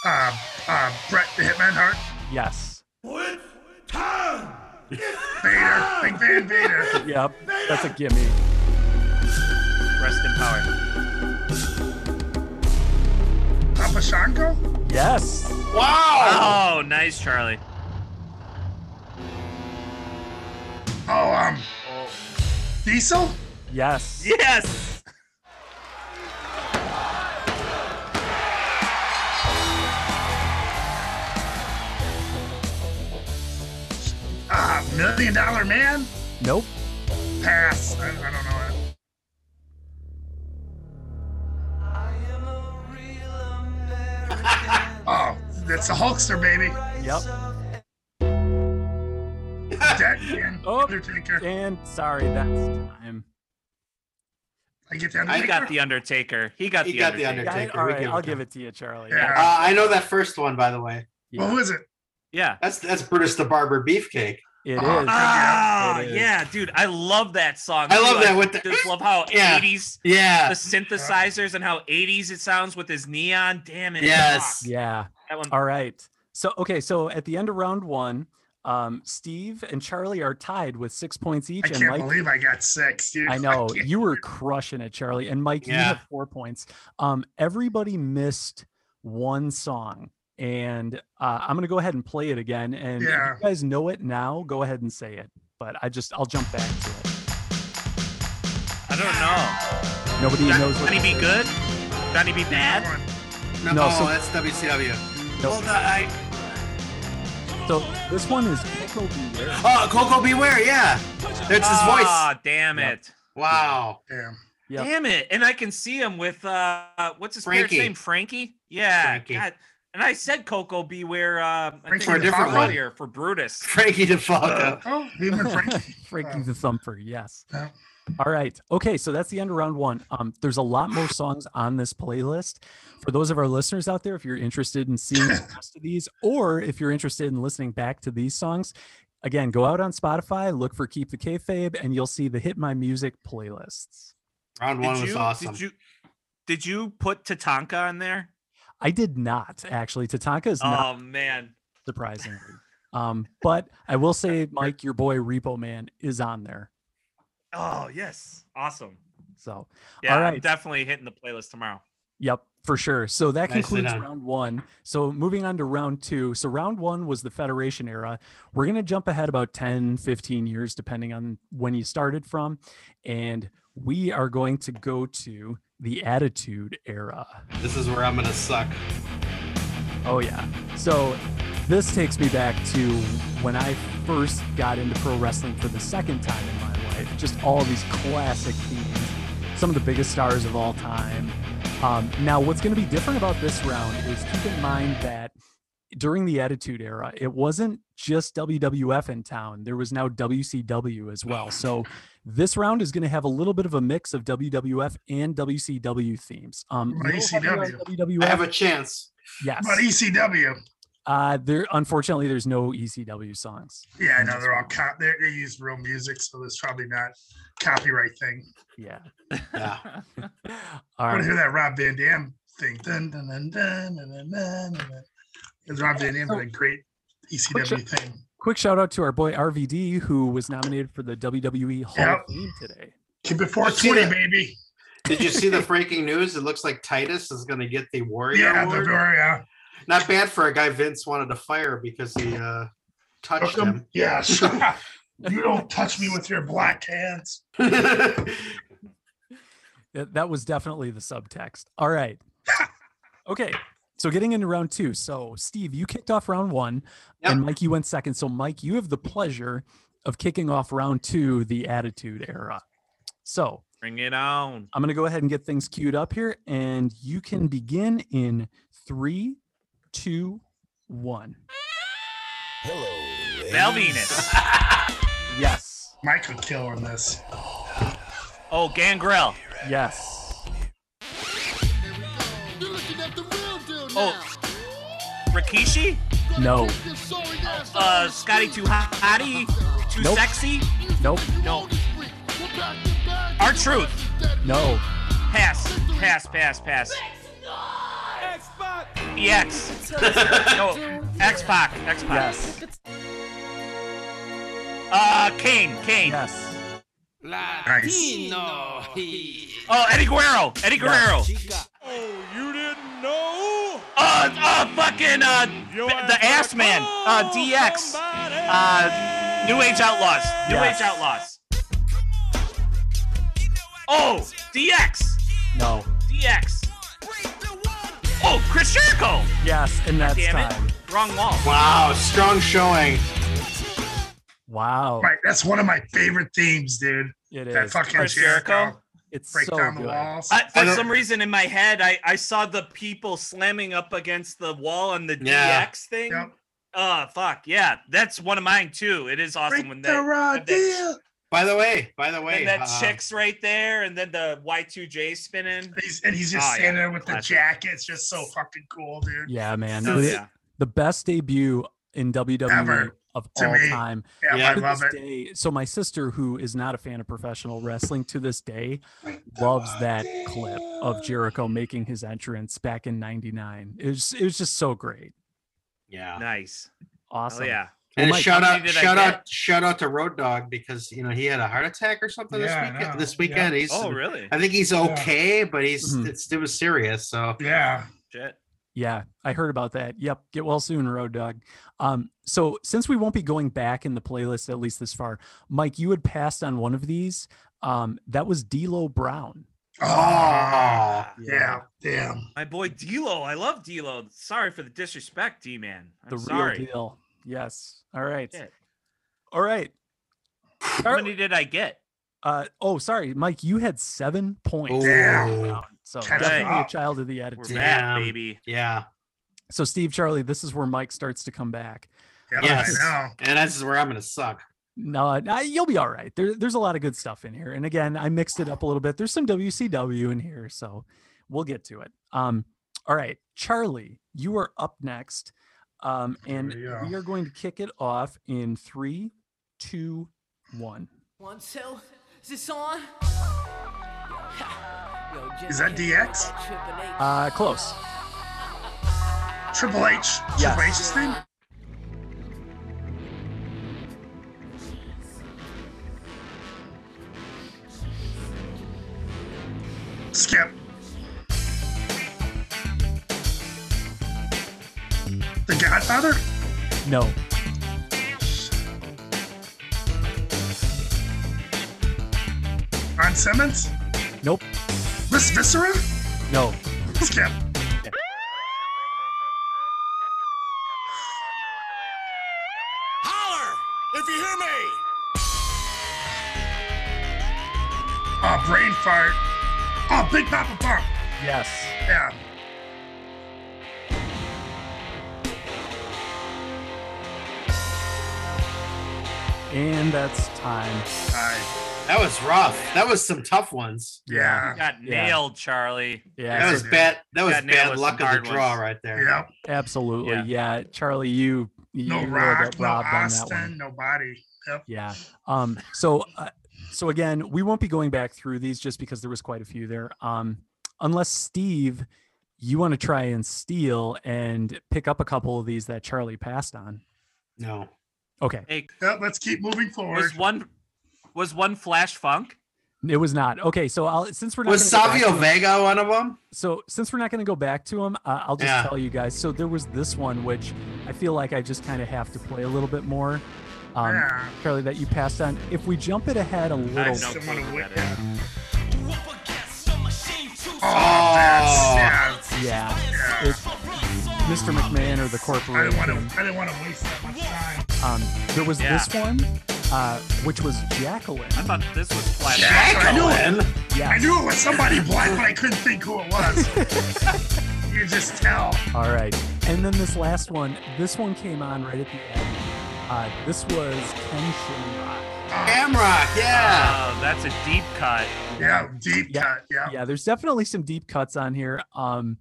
Uh, uh, Brett the Hitman Hart. Yes. Vader. Big Van Vader. Yep. That's a gimme. Rest in power. Papa Shanko. Yes. Oh, nice, Charlie. Oh, um, Diesel. Yes. Yes. Uh, Million Dollar Man. Nope. Pass. I, I don't know. that. Oh, that's a Hulkster, baby. Yep. Dead man. Oh. Undertaker. And sorry, that's time. I get the Undertaker. He got the Undertaker. He got He the got the Undertaker. Yeah, I- Undertaker. all we right. give I'll it to give him. it to you, Charlie. Yeah. Uh, I know that first one, by the way. Yeah, Well, who is it? Yeah. That's that's Brutus the Barber Beefcake. It Oh, is. Ah, It is. yeah, dude. I love that song. I too. love that with Just the love how Yeah. 80s the yeah. synthesizers and how 80s it sounds with his neon. Damn it. Yes. fuck. Yeah. That one. All right. So okay, so at the end of round one, um, Steve and Charlie are tied with six points each, I and can't Mike. believe I got six, dude. I know can't- you were crushing it, Charlie, and Mike. You Yeah. have four points. Um, everybody missed one song, and uh, I'm gonna go ahead and play it again. And Yeah. if you guys know it now. Go ahead and say it. But I just I'll jump back to it. I don't Nobody know. knows Johnny, what. Johnny be good? Johnny be Come bad? on. No, No, so- that's WCW. No. Hold on, I, So this one is Coco Beware. oh, Coco Beware, yeah. That's his voice. Ah, damn it. Wow. Damn. Yep. Damn it. And I can see him with uh what's his parents' Frankie. name? Frankie? Yeah. Frankie. God. And I said Coco beware uh I think For a it was different one. earlier for Brutus. Frankie DeFalco. Oh, even Frankie. Frankie the Thumper, yes. Yeah. All right. Okay, so that's the end of round one. Um, there's a lot more songs on this playlist. For those of our listeners out there, if you're interested in seeing the rest of these, or if you're interested in listening back to these songs, again, go out on Spotify, look for Keep the Kayfabe, and you'll see the Hit My Music playlists. Round one was awesome. Did you did you put Tatanka on there? I did not actually. Tatanka is not Oh man. surprisingly. Um, but I will say, Mike, your boy Repo Man is on there. Oh yes. Awesome. So Yeah, I'm right. definitely hitting the playlist tomorrow. Yep, for sure. So that Nicely concludes done. round one. So moving on to round two. So round one was the Federation era. We're going to jump ahead about 10, 15 years, depending on when you started from. And we are going to go to the Attitude era. This is where I'm gonna suck. Oh, yeah. So this takes me back to when I first got into pro wrestling for the second time in my life. Just all these classic themes, some of the biggest stars of all time. Um, now, what's going to be different about this round is keep in mind that during the Attitude Era, it wasn't just WWF in town. There was now WCW as well. So this round is going to have a little bit of a mix of WWF and WCW themes. Um, Or a little heavier on WWF, I have a chance. yes. But ECW, Uh, there, unfortunately, there's no ECW songs. yeah, I know they're all cop. They they use real music, so it's probably not copyright thing. Yeah. Yeah. All I want to right. hear that Rob Van Dam thing. Dun, dun, dun, dun, dun, dun, dun, dun. 'Cause Rob Van Dam had a great ECW thing. Quick shout out to our boy RVD, who was nominated for the WWE Hall Yep. of Fame today. Keep it 420, Yeah. baby. Did you see the breaking news? It looks like Titus is going to get the Warrior Yeah, the Award. Gloria. Not bad for a guy Vince wanted to fire because he uh, touched him. Yeah, sure. you don't touch me with your black hands. That, that was definitely the subtext. All right. Okay. So getting into round two. So Steve, you kicked off round one, Yep. and Mike, you went second. So Mike, you have the pleasure of kicking off round two, the Attitude Era. So Bring it on. I'm going to go ahead and get things queued up here, and you can begin in three, two, one. Hello. Val Venus. Yes. Mike would kill on this. Oh, Gangrel. Yes. You're looking at the real deal Oh. now. Rikishi? Gonna No. kick your sorry ass out Uh, the Scotty street. Too Hotty? Too Nope. Sexy? You think Nope. you No. own the street. Well, back to back, Our you truth. represent No. Pass. Pass, pass, pass. EX. No, X-Pac. X-Pac. Yes. Uh, Kane. Kane. Yes. Nice. Oh, Eddie Guerrero. Eddie Guerrero. Oh, you didn't know? Uh, uh, fucking, uh, the ass man. Uh, DX. Uh, New Age Outlaws. New Yes. Age Outlaws. Oh, DX. No. DX. Oh, Chris Jericho. Yes. And that's Damn time. it. Wrong wall. wow, strong showing. Wow. Right, that's one of my favorite themes, dude. It That is. fucking Chris Jericho. Jericho? It's Break so down the good. walls. I, for I don't- some reason in my head, I, I saw the people slamming up against the wall on the Yeah. DX thing. Yep. Oh, fuck. Yeah. That's one of mine, too. It is awesome Break when the that, raw when that, deal. By the way, by the way, when that uh, chick's right there and then the Y2J spinning. He's, and he's just Oh, yeah. standing there with the Classic. jacket. It's just so fucking cool, dude. Yeah, man. So, The, yeah. the best debut in WWE Ever, of to all me. time. Yeah, Yeah. I To love this it. day, so my sister, who is not a fan of professional wrestling to this day, loves that clip of Jericho making his entrance back in '99. It was it was just so great, Yeah. Nice. awesome. Oh, yeah. Well, And a Mike, shout how many out, did I shout get? out, shout out to Road Dog because you know he had a heart attack or something Yeah, I this weekend. know. This weekend, he's. Oh, really? I think he's okay, but he's Mhm. it's, it was serious. So Yeah. Shit. Yeah, I heard about that. Yep, get well soon, Road Dog. Um, so since we won't be going back in the playlist at least this far, Mike, you had passed on one of these. Um, that was D'Lo Brown. Oh, yeah. Damn. My boy D'Lo. I love D'Lo. Sorry for the disrespect, D-Man. I'm the sorry. real deal. Yes. All right. Shit. All right. How many did I get? Uh, oh, sorry, Mike. You had seven points. Damn. Ooh, Wow. So Catch definitely a up. child of the attitude. We're back, Damn. baby. yeah, So Steve, Charlie, this is where Mike starts to come back. Yeah, Yes. I know. and this is where I'm gonna suck. No, no, you'll be all right. There, there's a lot of good stuff in here. And again, I mixed it up a little bit. There's some WCW in here, so we'll get to it. Um, all right, Charlie, you are up next. Um, and yeah. we are going to kick it off in three, two, one. One, two, is this on? Is that DX? Uh, close. Triple H. Triple H's thing? Skip. The Godfather? No. Ron Simmons? Nope. Miss Viscera? No. Skip. If you hear me! Oh, brain fart. Oh, Big Papa Pump. Yes. Yeah. And that's time. I, That was rough. That was some tough ones. yeah. Got Yeah. nailed, Charlie. That Yeah, was bad. That was Got nailed bad with luck some of hard the draw ones. right there. Yeah. absolutely. Yeah. Yeah. Charlie, you, you No really Rock, got no robbed on that one. Austin, nobody. Yep. Yeah. Um. So, uh, so again, we won't be going back through these just because there was quite a few there. Um. Unless Steve, you want to try and steal and pick up a couple of these that Charlie passed on. No. Okay. Yep. Let's keep moving forward. Was one was one Flash Funk? It was not. Okay. So I'll since we're not Was gonna go back Savio to 'em- Vega one of them? so since we're not going to go back to them, uh, I'll just Yeah. tell you guys. So there was this one which I feel like I just kind of have to play a little bit more. Um, Yeah. Charlie, that you passed on. If we jump it ahead a I little, have no Someone clue who what went- that is. Oh, that's- yeah, it's Mr. McMahon or yeah. the I corporation. didn't want to. I didn't want to waste that much time. Um, there was Yeah. this one, uh, which was Jacqueline. I thought this was Flash. Jack, I knew it. Jacqueline. I Yes. knew it was somebody black, but I couldn't think who it was. you just tell. All right. And then this last one. This one came on right at the end. Uh, this was Ken Shamrock. Hamrock. Yeah. Oh, that's a deep cut. Yeah, deep Yeah. cut. Yeah. Yeah, there's definitely some deep cuts on here. Um,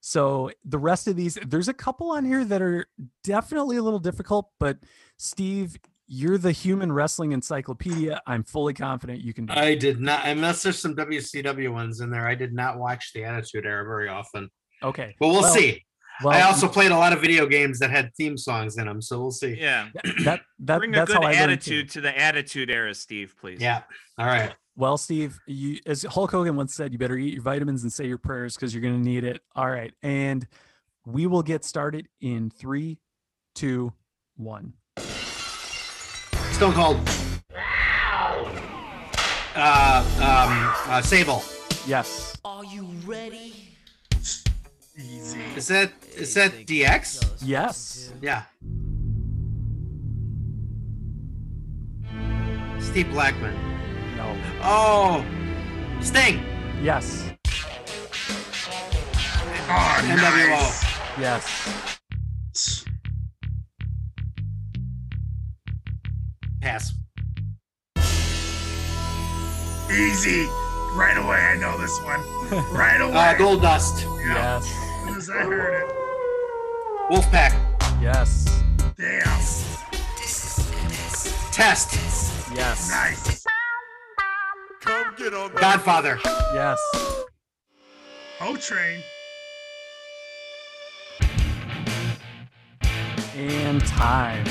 so the rest of these, there's a couple on here that are definitely a little difficult, but Steve, you're the human wrestling encyclopedia. I'm fully confident you can do it. I did not. Unless there's some WCW ones in there, I did not watch the Attitude Era very often. Okay. But we'll Well, see. Well, I also played a lot of video games that had theme songs in them, so we'll see. Yeah. that, that Bring a that's good how I learned too. attitude to the attitude era, Steve, please. Yeah. All right. Well, Steve, you, as Hulk Hogan once said, you better eat your vitamins and say your prayers because you're going to need it. All right. And we will get started in three, two, one. Stone Cold. Uh, um, uh, Sable. Yes. Are you ready? Easy. Is that is that DX? Yes. Yeah. Steve Blackman. No. Oh, Sting. Yes. Oh, nice. NWO. Yes. Pass. Easy. Right away, I know this one. Right away. Uh, Gold Dust. Yeah. Yes. As soon as I heard it. Wolfpack. Yes. Damn. Test. Yes. Nice. Godfather. Yes. O Train. And time.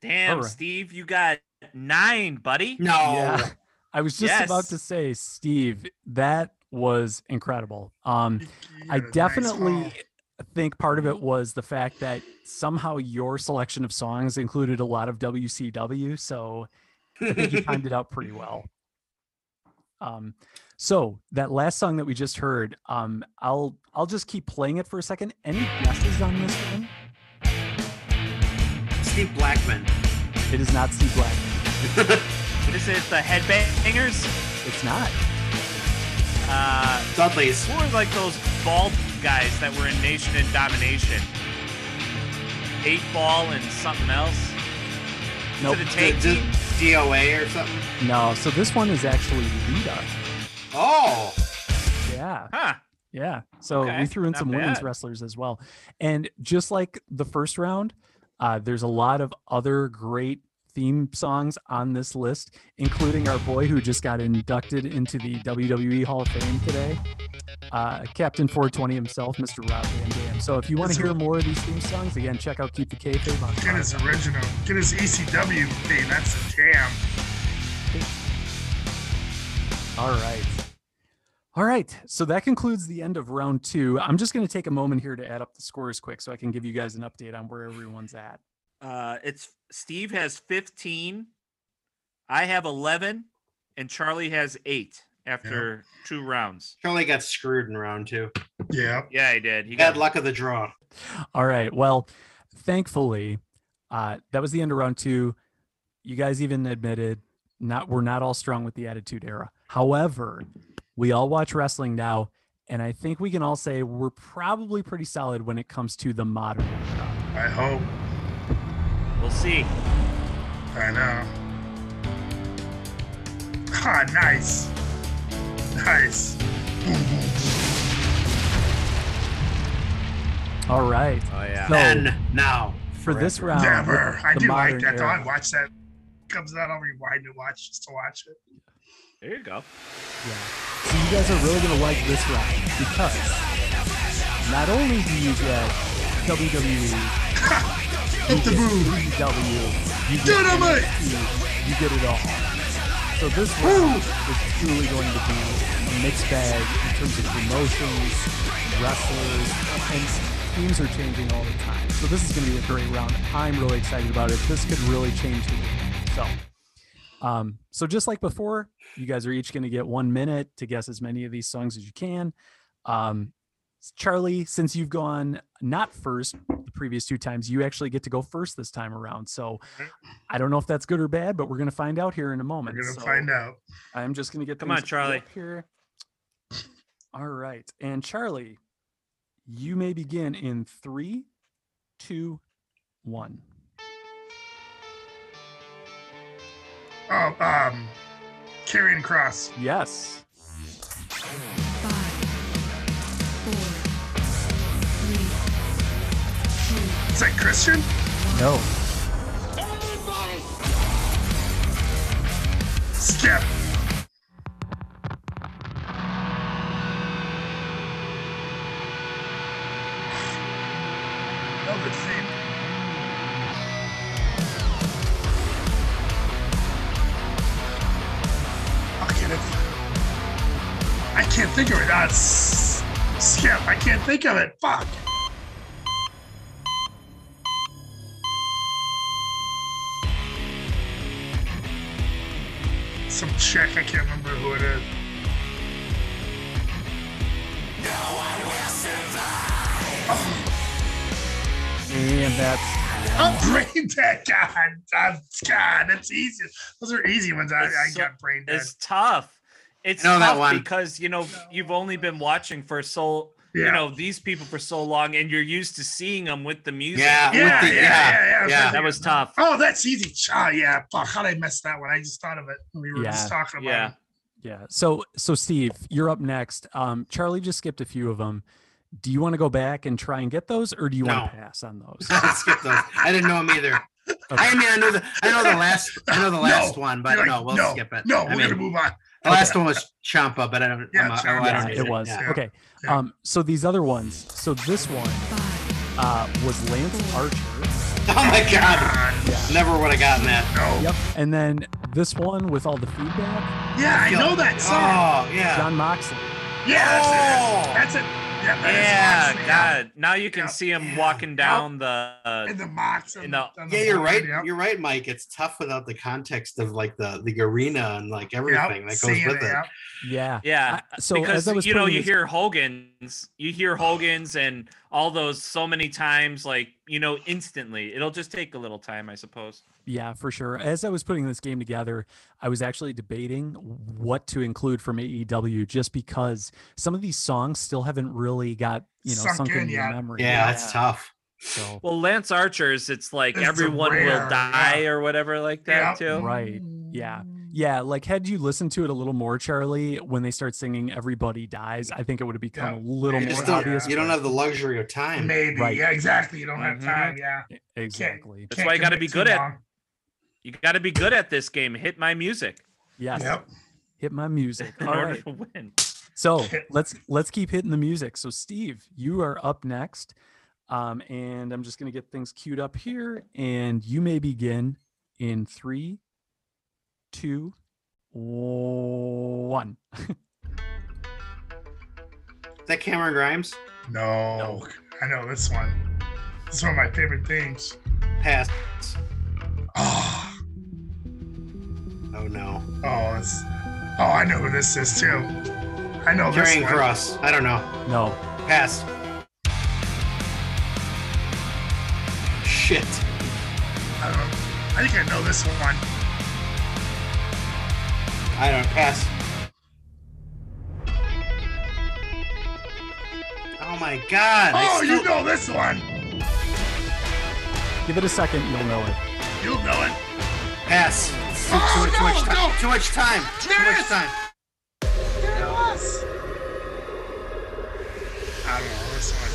Damn, Alright. Steve, you got nine, buddy. No. Yeah. I was just about to Yes. say, Steve, that was incredible. Um, I definitely think part of it was the fact that somehow your selection of songs included a lot of WCW, so I think you timed it out pretty well. Um, so that last song that we just heard, um, I'll I'll just keep playing it for a second. Any guesses on this one? Steve Blackman. It is not Steve Black. This is the headbangers. It's not. Uh, Dudley's. who are like those bald guys that were in Nation and Domination? Eight Ball and something else. Nope. To the D- tank D- team? DOA or something. No. So this one is actually Lita. Oh. Yeah. Huh. Yeah. So Okay, we threw in not some women's bad. wrestlers as well. And just like the first round, uh, there's a lot of other great theme songs on this list, including our boy who just got inducted into the WWE Hall of Fame today, uh, Captain 420 himself, Mr. Rob Van Dam. So if you want to That's hear right. more of these theme songs, again, check out Keep the Kayfabe on Get his Spotify. original. Get his E ECW thing. That's a jam. All right. All right. So that concludes the end of round two. I'm just going to take a moment here to add up the scores quick so I can give you guys an update on where everyone's at. Uh, it's Steve has 15. I have 11, and Charlie has eight after two rounds. Charlie got screwed in round two. Yeah. Yeah, he did. He Bad got luck of the draw. All right. Well, thankfully, uh, that was the end of round two. You guys even admitted Not we're not all strong with the Attitude Era. However, we all watch wrestling now, and I think we can all say we're probably pretty solid when it comes to the modern. I hope. We'll see. I know. Ah, nice. Nice. All right. Oh yeah. So Then now. for this round, Never. I Oh, the do like modern that. though. era. I watch that. Comes out, I'll rewind and watch just to watch it. Oh There you go. So you guys are really gonna like this round because not only do you get E, WWE, Hit the boom. EW, you get Dynamite. NXT, you get it all. So this round is truly going to be a mixed bag in terms of promotions, wrestlers, and teams are changing all the time. So this is gonna be a great round. I'm really excited about it. This could really change the game. So um, so just like before, you guys are each going to get one minute to guess as many of these songs as you can. Um, s- Charlie, since you've gone not first the previous two times, you actually get to go first this time around. So Mhm. I don't know if that's good or bad, but we're going to find out here in a We're moment. gonna So find out. I'm just going to get Come on, things queued Charlie. up here. All right, and Charlie, you may begin in three, two, one. Oh, um, Karrion Cross. Yes. Is that Christian? No. Skip. Velvet Fate. I'll get it. I can't think of it. Uh, s- skip. I can't think of it. Fuck. Some chick. I can't remember who it is. And that's I'm brain dead. God, I'm, God, that's easy. Those are easy ones. I, I It's so- got brain dead. It's tough. It's I know that tough one. because you know you've only been watching for so Yeah. you know these people for so long, and you're used to seeing them with the music. Yeah, Yeah, with the- yeah, yeah, yeah, yeah. that was tough. Oh, that's easy. Oh, yeah. Fuck, how did I miss that one? I just thought of it. when We were just Yeah. talking about Yeah. it. Yeah. So so Steve, you're up next. Um, Charlie just skipped a few of them. Do you want to go back and try and get those, or do you want to No. pass on those? Skip those. I didn't know them either. I mean, I know the I know the last I know the No. last one, but You're no, like, we'll no, skip it. No, I we're mean, gonna move on. the last one was Champa, but I don't. Yeah, I'm, a- oh, Ciampa. I don't yeah, need it was Yeah. okay. Yeah. Um, so these other ones. So this one uh, was Lance Archer. Oh my god! Never would have gotten that. Uh, No. Yep. And then this one with all the feedback, Yeah, I Yo. know that song. Oh yeah. John Moxley. Yeah, Oh. that's it. Yeah, that is Yeah, Moxley, God. Now you can Yeah. see him Yeah. walking down the. Uh, In the box. and In the- and Yeah, you're board, right. yep. You're right, Mike. It's tough without the context of like the the arena and like everything Yep, that goes seeing with it. yep. Yeah. yeah, I- so because as I was you know putting you this- hear Hogan's, you hear Hogan's, and all those so many times, like you know, instantly. It'll just take a little time, I suppose. Yeah, for sure. As I was putting this game together, I was actually debating what to include from AEW just because some of these songs still haven't really got, you know, Sunk sunk, in, in your yet. memory. Yeah, that's tough. So, Well, Lance Archer's, it's like It's a everyone rare, will die yeah. or whatever, like that Yeah. too. right. Yeah. Yeah. Like, had you listened to it a little more, Charlie, when they start singing Everybody Dies, I think it would have become a little You more just don't- obvious. don't, you don't but- have the luxury of time. Maybe. Right. Yeah, exactly. You don't Mhm. have time. Yeah. E, Exactly. That's why you gotta commit be too good at- long. You got to be good at this game. Hit my music Yes. Yep. Hit my music. in All order right. to win. So Shit. let's let's keep hitting the music. So Steve, you are up next, um, and I'm just gonna get things queued up here, and you may begin in three, two, one. Is that Cameron Grimes? No, I know this one. This is one of my favorite things. Pass. Oh, Oh no. oh, it's, oh, I know who this is too. I know this Carrying one. Cross. I don't know. No, Pass. Shit. I, don't, I think I know this one. I don't pass. Oh my god! I Oh, you still- know this one. Give it a second, you'll know it. You'll know it. Pass. It's Too, too Oh, much, no, too much ti- no. too much time. Too There it much is. time. I don't know this one.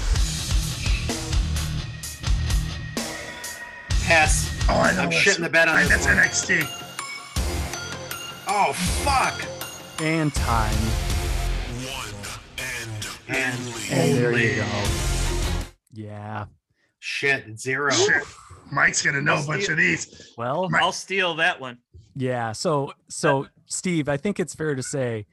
Pass. Oh, I know I'm this. shitting the bed on I- That's this one. NXT. Oh fuck! And time. And And there Holy you go. Yeah. shit, zero. Shit. Mike's gonna know a bunch of these. Well, My- I'll steal that one. yeah. So, so Steve, I think it's fair to say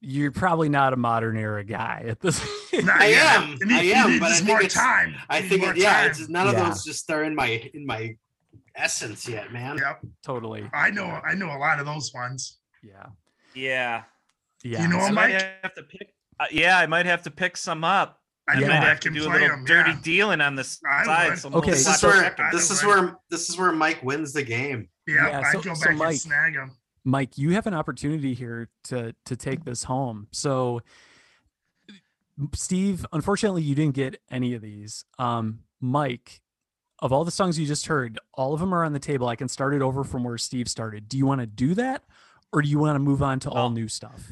you're probably not a modern era guy at this. Not I yet. am. It needs- it I am, needs but I just think more it's- time. I It needs think more it, yeah, time. it's, none of Yeah. those just are in my in my essence yet, man. Yep. totally. I know. I know a lot of those ones. Yeah. Yeah. Yeah. You know I them, might Mike? have to pick. uh, yeah, I might have to pick some up. I Yeah. know I might I have to can do a play little them. dirty yeah. dealing on the s- I side. would. Some little Okay, This This is is slap where- where checker. this is where this is where Mike wins the game. Yeah, Yeah, I so- go so back Mike- and snag them. Mike, you have an opportunity here to to take this home. So m- Steve, unfortunately you didn't get any of these. Um Mike, of all the songs you just heard, all of them are on the table. I can start it over from where Steve started. Do you want to do that or do you want to move on to all Well, new stuff?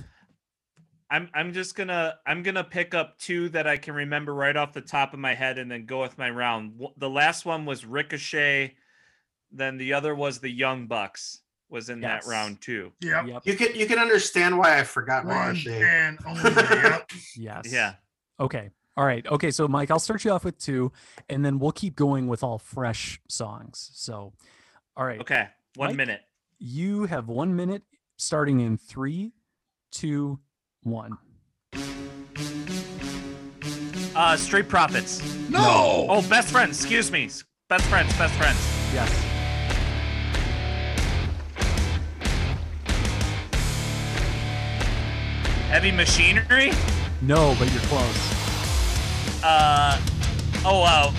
I'm I'm just gonna I'm gonna pick up two that I can remember right off the top of my head and then go with my round. Wh- The last one was Ricochet, then the other was the Young Bucks was in Yes. that round too. Yep. Yep. You can you can understand why I forgot One Ricochet. and only. Yep. Yes. Yeah. Okay. All right. Okay. So, Mike, I'll start you off with two, and then we'll keep going with all fresh songs. So, all right. Okay. One Mike? minute. You have one minute starting in three, two, one. Uh Street Profits. No. Oh, best friends, excuse me. S- Best friends, best friends. Yes. Heavy machinery? No, but you're close. Uh oh uh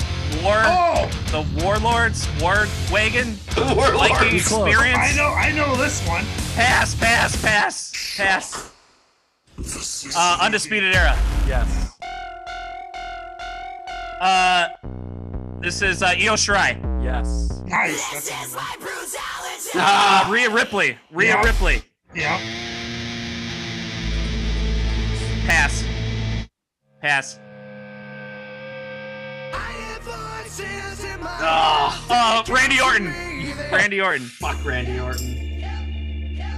war Oh, the warlords, war wagon, Warlord. Viking You're close. experience. I know. I know this one. Pass, pass, pass, pass. Uh, undisputed era. Yes. Uh, this is uh, Io Shirai, Yes. Nice. That's a good one. uh, Rhea Ripley, Rhea Yeah. Ripley. Yeah. Pass, pass. Ah, Uh, Randy Orton, Randy Orton. fuck Randy Orton.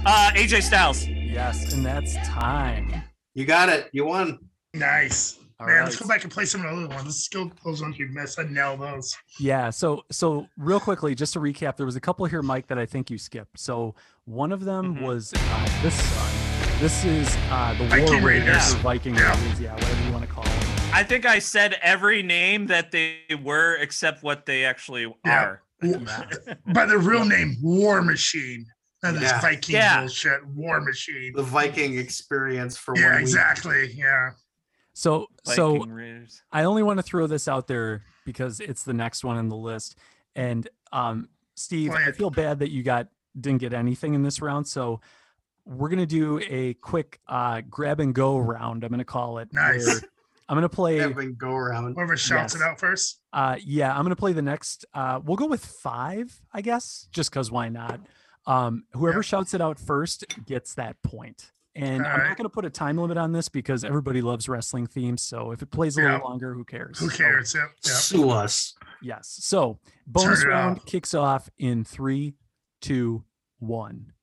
Uh, AJ Styles. Yes. And that's time. You got it. You won. Nice. All Man, right. let's go back and play some of the other ones. Let's go those ones you missed. I nail those. Yeah. So, so real quickly, just to recap, there was a couple here, Mike, that I think you skipped. So, one of them Mhm. was uh, this song. This is uh, the Viking War Raiders Raiders. or Viking Yeah. Raiders. Yeah. Whatever you want to call them. I think I said every name that they were except what they actually Yeah. are. By the real name, War Machine. Not this Yeah. Viking Yeah. bullshit. War Machine. The Viking experience for one Yeah, week. exactly. Yeah. So, so Viking Raiders. I only want to throw this out there because it's the next one on the list. And um, Steve, I Plant. feel bad that you got didn't get anything in this round. So we're gonna do a quick uh, grab and go round. I'm gonna call it. Nice. where I'm gonna play. Everything go around. Whoever shouts Yes. it out first. Uh, yeah, I'm gonna play the next. Uh, we'll go with five, I guess, just because why not? Um, whoever Yeah. shouts it out first gets that point. And I'm not Alright. gonna put a time limit on this because everybody loves wrestling themes. So if it plays a Yeah. little longer, who cares? Who So- cares? Yep. yep. Sue us. Yes. So bonus it round off. kicks off in three, two, one.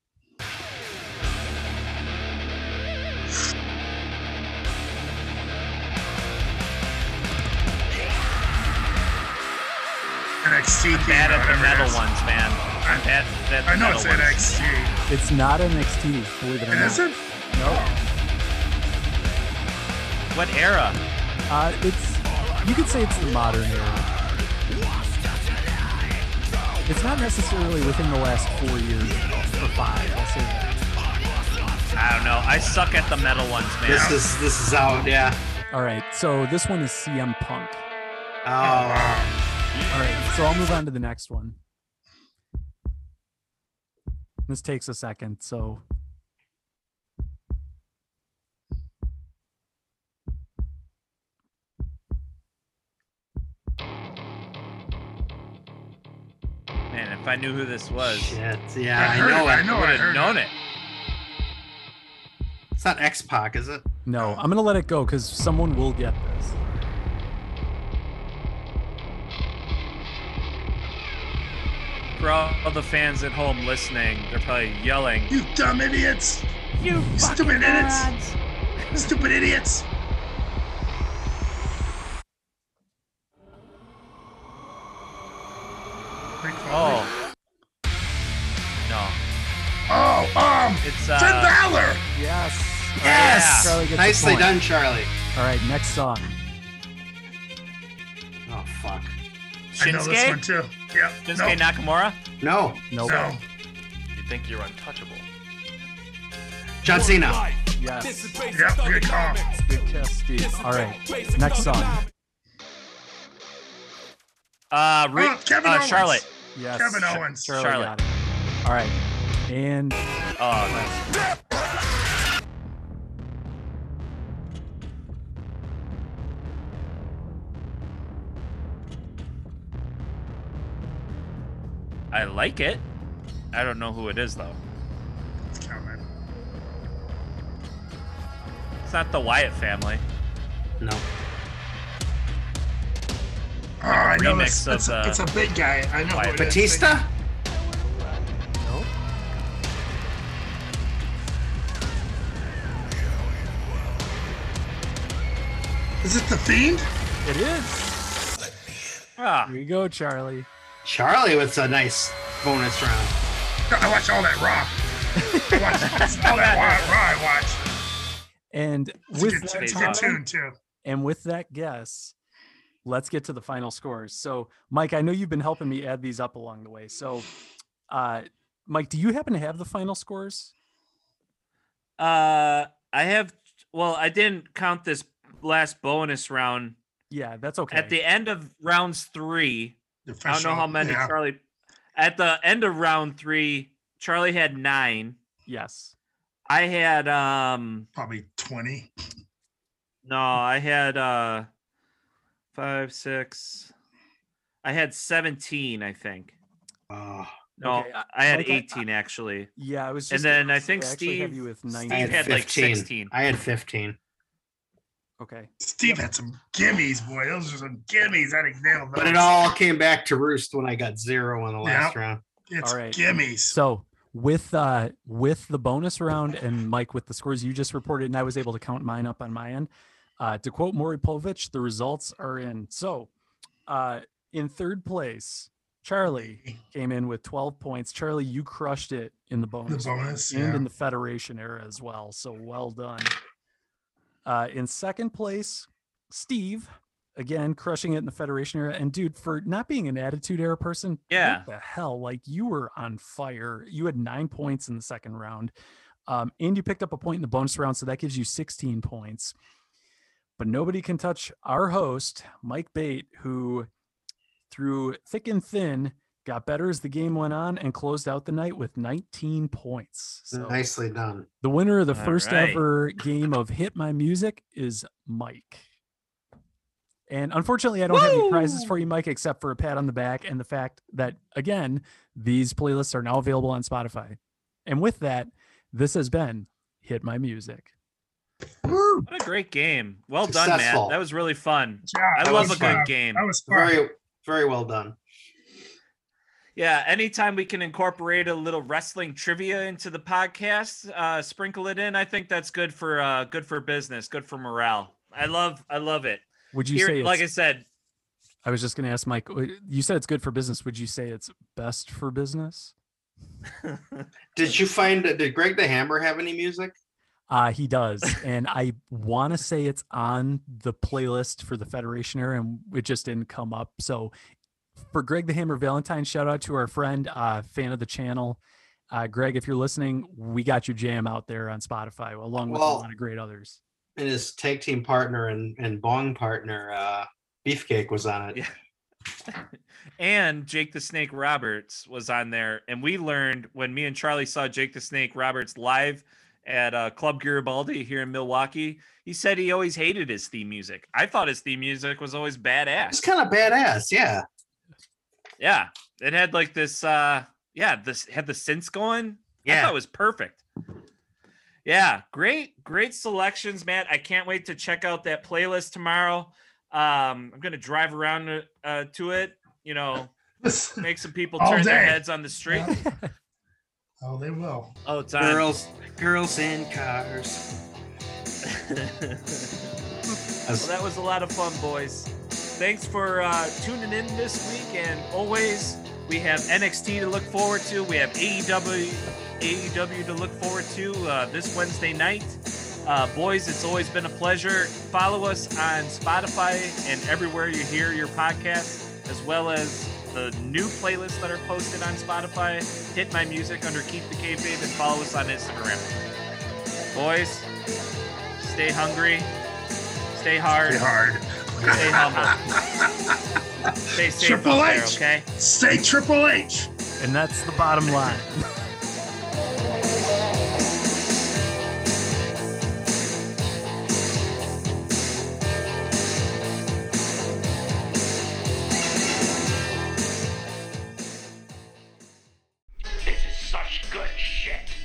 NXT. I'm bad at the whatever it metal is. ones, man. I'm bad at the I know metal it's ones. NXT. It's not NXT, believe it or And not. is it? What era? Uh, it's you could say it's the modern era. It's not necessarily within the last four years or five. I'll say that. I don't know. I suck at the metal ones, man. This is this is out. Yeah. All right. So this one is CM Punk. Oh, All right. So I'll move on to the next one. This takes a second. So if I knew who this was. Shit. Yeah, I I heard know it, I it. know I would have heard it. known it. It's not X Pac, is it? No, I'm gonna let it go because someone will get this. For all the fans at home listening, they're probably yelling, You dumb idiots! "You stupid idiots! Stupid idiots! Pink Floyd. Oh no, Oh, um, it's Finn uh, Balor. Yes. Yes! Charlie gets a Nicely point. done, Charlie. All right, next song. Oh fuck. I know this one Shinsuke. too. Yeah. Shinsuke Nakamura. No. Nope. no. You think you're untouchable. John Cena. Yes. Yep, good call. Good test, Steve. All right, next song. Uh, Ru- Oh, Kevin uh Owens. Charlotte. Yes. Kevin Owens. Charlie Charlotte. got it. All right, and Oh, nice. I like it. I don't know who it is though. It's Kevin. It's not the Wyatt family. No. Oh, I know remix this. of, It's, uh, it's a big guy. I know who it is. Batista. Is it the Fiend? it is. Ah, Here you go, Charlie. Charlie with a nice bonus round. I watch all that Raw. I watch all that Raw. Raw I watch. And It's a with good, that it's a comment- good tune too. And with that guess, let's get to the final scores. So, Mike, I know you've been helping me add these up along the way. So, uh, Mike, do you happen to have the final scores? uh, I have. Well, I didn't count this last bonus round. Yeah, that's okay. At the end of rounds three, I don't know how many Yeah. Charlie. At the end of round three, Charlie had nine. yes. I had um Probably twenty. no, I had uh five, six. I had seventeen, I think. Oh, No, Okay, I- I had Mike, I- eighteen actually. Yeah, I was And just. gonna then I ask, do think actually have Steve- you with Steve I 90. had had, like, 15. 16. I had 15. Okay. Steve had some gimmies, boy. Those are some gimmies. I didn't nail those. But it all came back to roost when I got zero on the last round. It's All right. gimmies. So with uh with the bonus round and Mike with the scores you just reported, and I was able to count mine up on my end. Uh, to quote Maury Povich, the results are in. So uh, in third place, Charlie came in with 12 points. Charlie, you crushed it in the The bonus bonus. and Yeah. in the Federation era as well. So well done. Uh, in second place, Steve, again crushing it in the Federation era. And dude, for not being an Attitude Era person, Yeah. what the hell? Like you were on fire. You had nine points in the second round, um, and you picked up a point in the bonus round, so that gives you 16 points. But nobody can touch our host, Mike Bate, who through thick and thin got better as the game went on and closed out the night with 19 points. So Nicely done. the winner of the All first right. ever game of Hit My Music is Mike. And unfortunately, I don't have any prizes for you, Mike, except for a pat on the back and the fact that, again, these playlists are now available on Spotify. And with that, this has been Hit My Music. What a great game. Well done, Successful. Matt. That was really fun. Yeah, I that love a was good fun. game. That was fun. Very, very well done. Yeah, anytime we can incorporate a little wrestling trivia into the podcast, uh, sprinkle it in. I think that's good for uh, good for business, good for morale. I love, I love it. Would you Here- say, like I it's- said, I was just going to ask Mike, w- you said it's good for business. Would you say it's best for business? Did you find uh, did Greg the Hammer have any music? Uh, he does. And I want to say it's on the playlist for the Federation era, and it just didn't come up. So for Greg the Hammer Valentine, shout out to our friend, uh, fan of the channel. Uh, Greg, if you're listening, we got your jam out there on Spotify, along with a Well- lot of great others. And his tag team partner and, and bong partner, uh, Beefcake was on it. Yeah. and Jake the Snake Roberts was on there, and we learned when me and Charlie saw Jake the Snake Roberts live at uh, Club Garibaldi here in Milwaukee. He said he always hated his theme music. I thought his theme music was always It's badass. kind of badass, yeah. Yeah, It had like this uh yeah, this had the synths going. Yeah. I thought it was perfect. Yeah, great, great selections, Matt. I can't wait to check out that playlist tomorrow. Um, I'm gonna drive around uh, to it, you know, make some people All turn their day. heads on the street. Oh, they will. Oh, it's on. Girls, girls in cars. Well, that was a lot of fun, boys. Thanks for uh, tuning in this week, and always we have NXT to look forward to. We have E AEW, AEW E to look forward to uh, this Wednesday night. Uh, boys, it's always been a pleasure. Follow us on Spotify and everywhere you hear your podcasts, as well as the new playlists that are posted on Spotify. Hit my music under Keep the Kayfabe and follow us on Instagram. Boys, stay hungry, stay hard, Stay hard. Stay humble. Stay safe Triple out H. there, okay? Stay Triple H. And that's the bottom line. This is such good shit.